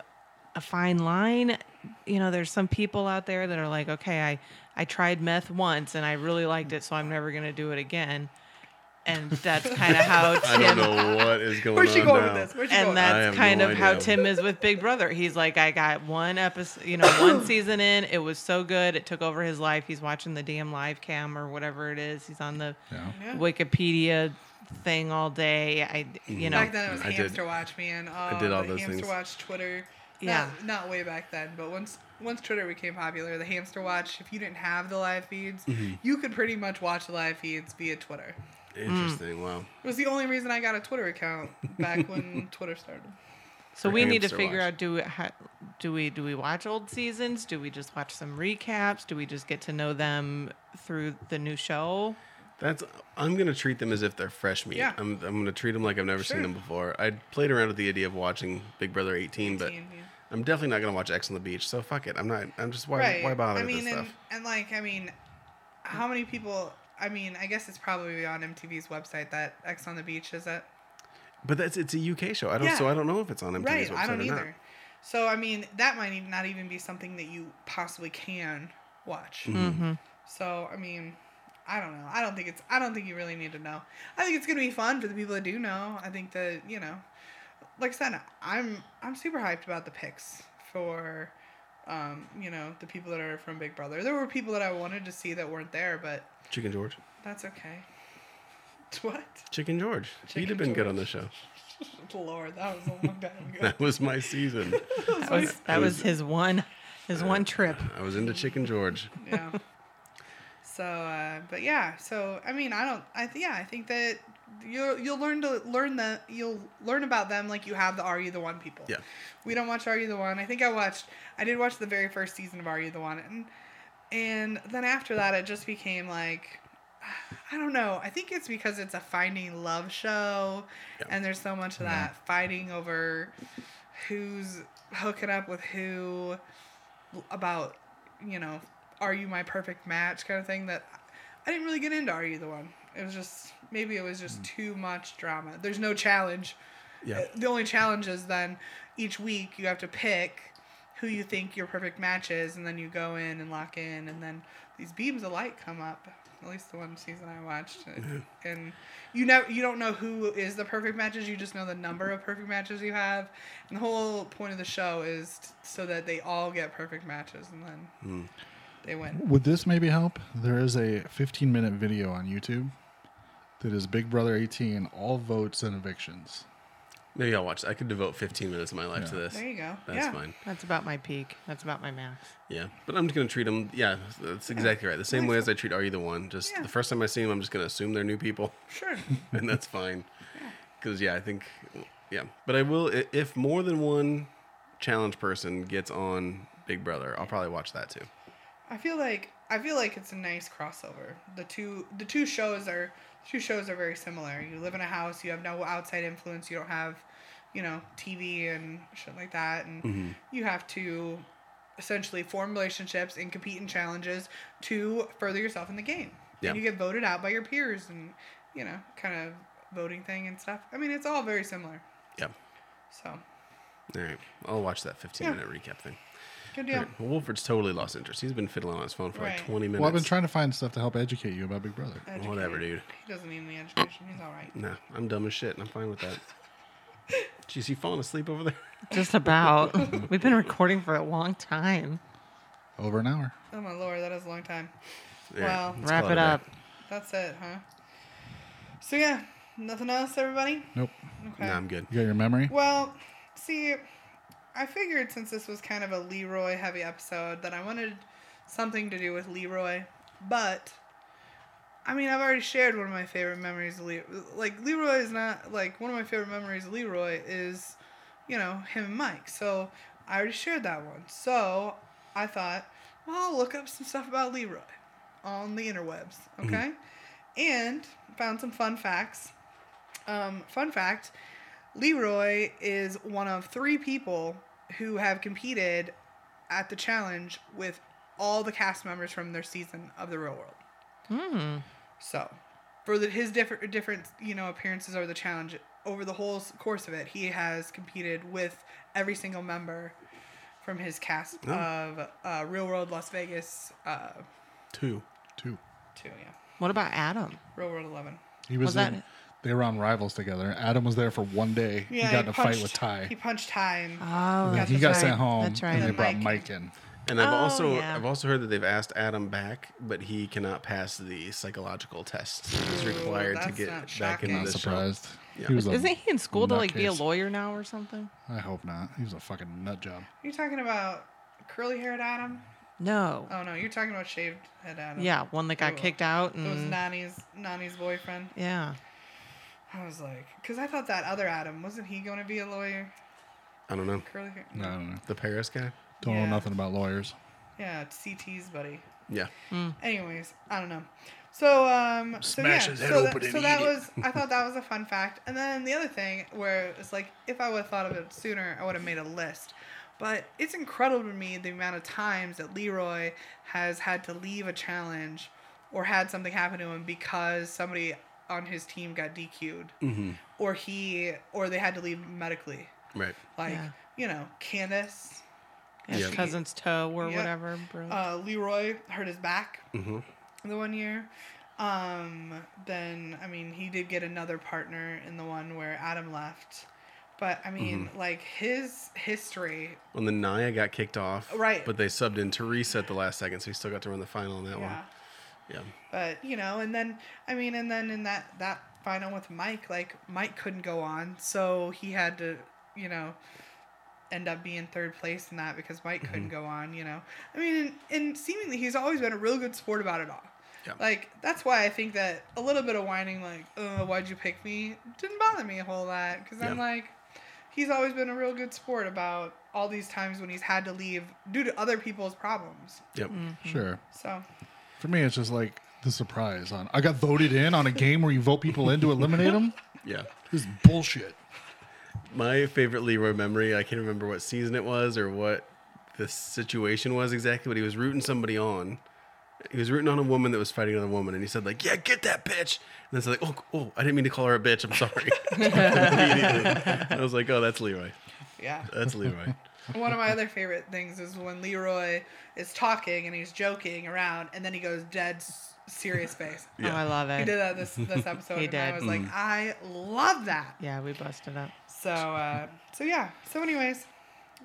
Speaker 4: a fine line. You know, there's some people out there that are like, okay, I I tried meth once and I really liked it, so I'm never gonna do it again. And that's kind of how
Speaker 3: I don't
Speaker 4: Tim.
Speaker 3: know what is going
Speaker 2: Where's she
Speaker 3: on
Speaker 2: going
Speaker 3: now.
Speaker 2: with this? Where's she
Speaker 4: And
Speaker 2: going?
Speaker 3: I have
Speaker 4: that's kind
Speaker 3: no
Speaker 4: of how
Speaker 3: idea.
Speaker 4: Tim is with Big Brother. He's like, I got one episode, you know, one season in. It was so good. It took over his life. He's watching the damn live cam or whatever it is. He's on the
Speaker 5: Yeah.
Speaker 2: Yeah.
Speaker 4: Wikipedia thing all day. I,
Speaker 3: Mm-hmm.
Speaker 4: you know,
Speaker 2: back then it was
Speaker 3: I did-
Speaker 2: Hamster Watch, man. Oh, I
Speaker 3: did all
Speaker 2: the
Speaker 3: those
Speaker 2: Hamster
Speaker 3: things.
Speaker 2: Watch Twitter.
Speaker 4: Yeah.
Speaker 2: Not, not way back then, but once once Twitter became popular, the Hamster Watch, if you didn't have the live feeds,
Speaker 3: Mm-hmm.
Speaker 2: you could pretty much watch the live feeds via Twitter.
Speaker 3: Interesting. Wow.
Speaker 2: It was the only reason I got a Twitter account back when Twitter started.
Speaker 4: so
Speaker 3: for
Speaker 4: we need to
Speaker 3: hamster
Speaker 4: figure
Speaker 3: watch.
Speaker 4: out do we, how, do we do we watch old seasons? Do we just watch some recaps? Do we just get to know them through the new show?
Speaker 3: That's. I'm gonna treat them as if they're fresh meat.
Speaker 2: Yeah.
Speaker 3: I'm. I'm gonna treat them like I've never seen
Speaker 2: Sure.
Speaker 3: them before. I played around with the idea of watching Big Brother 18, but
Speaker 2: Teen, yeah.
Speaker 3: I'm definitely not gonna watch X on the Beach. So fuck it. I'm not. I'm just why.
Speaker 2: right.
Speaker 3: Why bother
Speaker 2: I mean,
Speaker 3: with this
Speaker 2: and,
Speaker 3: stuff?
Speaker 2: and like, I mean, how many people? I mean, I guess it's probably on MTV's website that X on the Beach is it?
Speaker 3: But that's. It's a UK show. I don't.
Speaker 2: Yeah.
Speaker 3: So I don't know if it's on MTV's
Speaker 2: Right.
Speaker 3: website
Speaker 2: I don't
Speaker 3: or
Speaker 2: either.
Speaker 3: not.
Speaker 2: So I mean, that might even- not even be something that you possibly can watch. So I mean, I don't know. I don't think it's. I don't think you really need to know. I think it's gonna be fun for the people that do know. I think that you know, like I said, I'm I'm super hyped about the picks for um, you know, the people that are from Big Brother. There were people that I wanted to see that weren't there, but
Speaker 3: Chicken George.
Speaker 2: that's okay. What?
Speaker 3: Chicken George. He'd
Speaker 2: Chicken
Speaker 3: have been good
Speaker 2: George.
Speaker 3: on the show.
Speaker 2: Lord, that was a long time ago.
Speaker 3: That was my season.
Speaker 4: That was, that was his one, his one trip.
Speaker 3: I was into Chicken George.
Speaker 2: yeah. So, uh, but yeah. So, I mean, I don't. I th- yeah, I think that you'll you'll learn to learn the you'll learn about them like you have the Are You the One people.
Speaker 3: Yeah.
Speaker 2: We don't watch Are You the One. I think I watched. I did watch the very first season of Are You the One, and and then after that, it just became like. I don't know. I think it's because it's a finding love show, and there's so much of that fighting over who's hooking up with who, about you know, are you my perfect match kind of thing that I didn't really get into Are You the One. It was just maybe it was just too much drama. There's no challenge. Uh,
Speaker 3: Yeah.
Speaker 2: The only challenge is then each week you have to pick who you think your perfect match is and then you go in and lock in and then these beams of light come up. At least the one season I watched. And you know you don't know who is the perfect matches, you just know the number of perfect matches you have. And the whole point of the show is t- so that they all get perfect matches and then
Speaker 3: Hmm.
Speaker 2: they win.
Speaker 5: Would this maybe help? There is a 15 minute video on YouTube that is Big Brother 18, all votes and evictions.
Speaker 3: Maybe I'll watch. I could devote 15 minutes of my life to this.
Speaker 2: There you go.
Speaker 3: That's
Speaker 2: yeah.
Speaker 3: fine.
Speaker 4: That's about my peak. That's about my max.
Speaker 3: Yeah, but I'm just gonna treat them. Yeah, that's exactly right. The same way as I treat Are You the One. Just
Speaker 2: Yeah.
Speaker 3: the first time I see them, I'm just gonna assume they're new people,
Speaker 2: Sure.
Speaker 3: and that's fine. Because yeah, I think yeah, but I will i- if more than one challenge person gets on Big Brother, I'll probably watch that too.
Speaker 2: I feel like I feel like it's a nice crossover. The two the two shows are the two shows are very similar. You live in a house, you have no outside influence, you don't have, you know, TV and shit like that and
Speaker 3: Mm-hmm.
Speaker 2: you have to essentially form relationships and compete in challenges to further yourself in the game.
Speaker 3: Yeah.
Speaker 2: And you get voted out by your peers and, you know, kind of voting thing and stuff. I mean, it's all very similar.
Speaker 3: Yeah.
Speaker 2: So,
Speaker 3: All right, I'll watch that 15
Speaker 2: Yeah.
Speaker 3: minute recap thing.
Speaker 2: good
Speaker 3: All
Speaker 2: deal.
Speaker 3: right, Well, Wilfred's totally lost interest. He's been fiddling on his phone for
Speaker 2: Right.
Speaker 3: like 20 minutes.
Speaker 5: Well, I've been trying to find stuff to help educate you about Big Brother.
Speaker 3: Whatever, dude.
Speaker 2: He doesn't need any education. He's all right.
Speaker 3: Nah, I'm dumb as shit, and I'm fine with that. Jeez, he falling asleep over there.
Speaker 4: Just about. We've been recording for a long time.
Speaker 5: Over an hour.
Speaker 2: Oh my lord, that is a long time.
Speaker 3: All right,
Speaker 2: Wow.
Speaker 3: let's
Speaker 4: Wrap
Speaker 3: call
Speaker 4: it
Speaker 3: a day.
Speaker 4: up.
Speaker 2: That's it, huh? So yeah, nothing else, everybody.
Speaker 5: Nope.
Speaker 2: Okay.
Speaker 3: Nah, I'm good.
Speaker 5: You got your memory?
Speaker 2: Well, see, I figured since this was kind of a Leroy heavy episode that I wanted something to do with Leroy, but I mean, I've already shared one of my favorite memories of Leroy. Like Leroy is not like one of my favorite memories of Leroy is, you know, him and Mike. So I already shared that one. So I thought, well, I'll look up some stuff about Leroy on the interwebs, okay? And found some fun facts. Um, fun fact Leroy is one of three people who have competed at the challenge with all the cast members from their season of The Real World. Hmm. So, for the, his different different you know appearances or the challenge over the whole s- course of it, he has competed with every single member from his cast
Speaker 5: Oh.
Speaker 2: of uh, Real World Las Vegas uh,
Speaker 3: Two.
Speaker 5: Two.
Speaker 2: two, yeah,
Speaker 4: What about Adam?
Speaker 2: Real World Eleven.
Speaker 5: He was,
Speaker 4: Was that
Speaker 5: in-
Speaker 4: it?
Speaker 5: They were on Rivals together. Adam was there for one day.
Speaker 2: Yeah,
Speaker 5: he got in a fight with Ty.
Speaker 2: He punched Uh-huh. Ty and
Speaker 4: Oh,
Speaker 5: And
Speaker 2: that's
Speaker 5: he got
Speaker 2: right.
Speaker 5: sent home.
Speaker 4: That's right.
Speaker 5: And they
Speaker 2: And
Speaker 5: brought
Speaker 2: Mike.
Speaker 5: Mike in.
Speaker 3: And I've
Speaker 4: Oh,
Speaker 3: also
Speaker 4: yeah.
Speaker 3: I've also heard that they've asked Adam back, but he cannot pass the psychological test that's required to
Speaker 2: that's
Speaker 3: get
Speaker 2: not
Speaker 3: back
Speaker 2: shocking.
Speaker 3: into
Speaker 5: Not
Speaker 3: the show.
Speaker 5: surprised.
Speaker 3: Yeah.
Speaker 5: He was a
Speaker 4: Isn't he in school to like be a
Speaker 5: nutcase.
Speaker 4: lawyer now or something?
Speaker 5: I hope not. He was a fucking nut job.
Speaker 2: You're talking about curly haired Adam?
Speaker 4: No.
Speaker 2: Oh no, you're talking about shaved head Adam.
Speaker 4: yeah, mm. one that got
Speaker 2: Ew.
Speaker 4: kicked out
Speaker 2: It
Speaker 4: and
Speaker 2: was Nani's Nani's boyfriend.
Speaker 4: yeah.
Speaker 2: I was like, because I thought that other Adam wasn't he going to be a lawyer?
Speaker 3: I don't know
Speaker 2: Curly hair.
Speaker 5: I don't know.
Speaker 3: the Paris guy.
Speaker 5: Don't
Speaker 2: Yeah.
Speaker 5: know nothing about lawyers.
Speaker 2: Yeah, it's CT's buddy.
Speaker 3: Yeah,
Speaker 2: Mm. Anyways, I don't know. So um,
Speaker 3: Smash
Speaker 2: so yeah,
Speaker 3: his head
Speaker 2: so
Speaker 3: open
Speaker 2: that,
Speaker 3: and
Speaker 2: so that
Speaker 3: eat it.
Speaker 2: was I thought that was a fun fact. And then the other thing where it's like if I would have thought of it sooner, I would have made a list. But it's incredible to me the amount of times that Leroy has had to leave a challenge or had something happen to him because somebody on his team got DQ'd
Speaker 3: Mm-hmm.
Speaker 2: or he or they had to leave medically.
Speaker 3: right.
Speaker 2: Like,
Speaker 4: Yeah.
Speaker 2: you know, Candace,
Speaker 4: His
Speaker 3: Yeah.
Speaker 4: cousin's toe or
Speaker 2: Yeah.
Speaker 4: whatever. Bro.
Speaker 2: uh, Leroy hurt his back
Speaker 3: Mm-hmm.
Speaker 2: the one year. Um, then, I mean, he did get another partner in the one where Adam left. But I mean,
Speaker 3: Mm-hmm.
Speaker 2: like his history.
Speaker 3: When the Naya got kicked off,
Speaker 2: Right.
Speaker 3: But they subbed in Teresa at the last second, so he still got to run the final on that
Speaker 2: Yeah.
Speaker 3: one. Yeah.
Speaker 2: But you know, and then I mean, and then in that that final with Mike, like Mike couldn't go on, so he had to, you know, end up being third place in that because Mike couldn't
Speaker 3: Mm-hmm.
Speaker 2: go on. You know, I mean, and, and seemingly he's always been a real good sport about it all.
Speaker 3: Yeah.
Speaker 2: Like that's why I think that a little bit of whining, like, "Uh, why'd you pick me?" didn't bother me a whole lot because I'm
Speaker 3: Yeah.
Speaker 2: like, he's always been a real good sport about all these times when he's had to leave due to other people's problems.
Speaker 3: Yep.
Speaker 5: Sure.
Speaker 2: So
Speaker 5: For me, it's just like the surprise on. I got voted in on a game where you vote people in to eliminate them.
Speaker 3: Yeah.
Speaker 5: This is bullshit.
Speaker 3: My favorite Leroy memory, I can't remember what season it was or what the situation was exactly, but he was rooting somebody on. He was rooting on a woman that was fighting another woman, and he said, like, yeah, get that bitch. And it's like, oh, oh, I didn't mean to call her a bitch. I'm sorry. Immediately. I was like, oh, that's Leroy.
Speaker 2: yeah.
Speaker 3: That's Leroy.
Speaker 2: One of my other favorite things is when Leroy is talking and he's joking around, and then he goes dead s- serious face.
Speaker 4: Oh, I love
Speaker 2: He
Speaker 4: it.
Speaker 2: did that this this episode,
Speaker 4: He
Speaker 2: and I
Speaker 4: did.
Speaker 2: was like, I love that.
Speaker 4: Yeah, we busted up.
Speaker 2: So, uh, so yeah. So, anyways,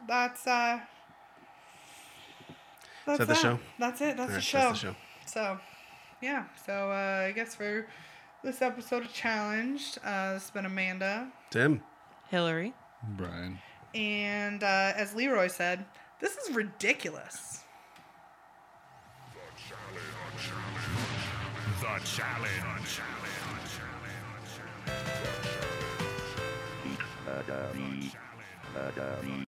Speaker 2: that's uh, that's
Speaker 3: that the show?
Speaker 2: That's it. That's, the,
Speaker 3: Alright,
Speaker 2: show.
Speaker 3: that's the show.
Speaker 2: So, yeah. So uh, I guess for this episode of Challenged, uh, it's been Amanda,
Speaker 3: Tim.
Speaker 4: Hillary.
Speaker 5: Brian.
Speaker 2: and uh, as Leroy said, this is ridiculous.
Speaker 6: The challenge. The challenge.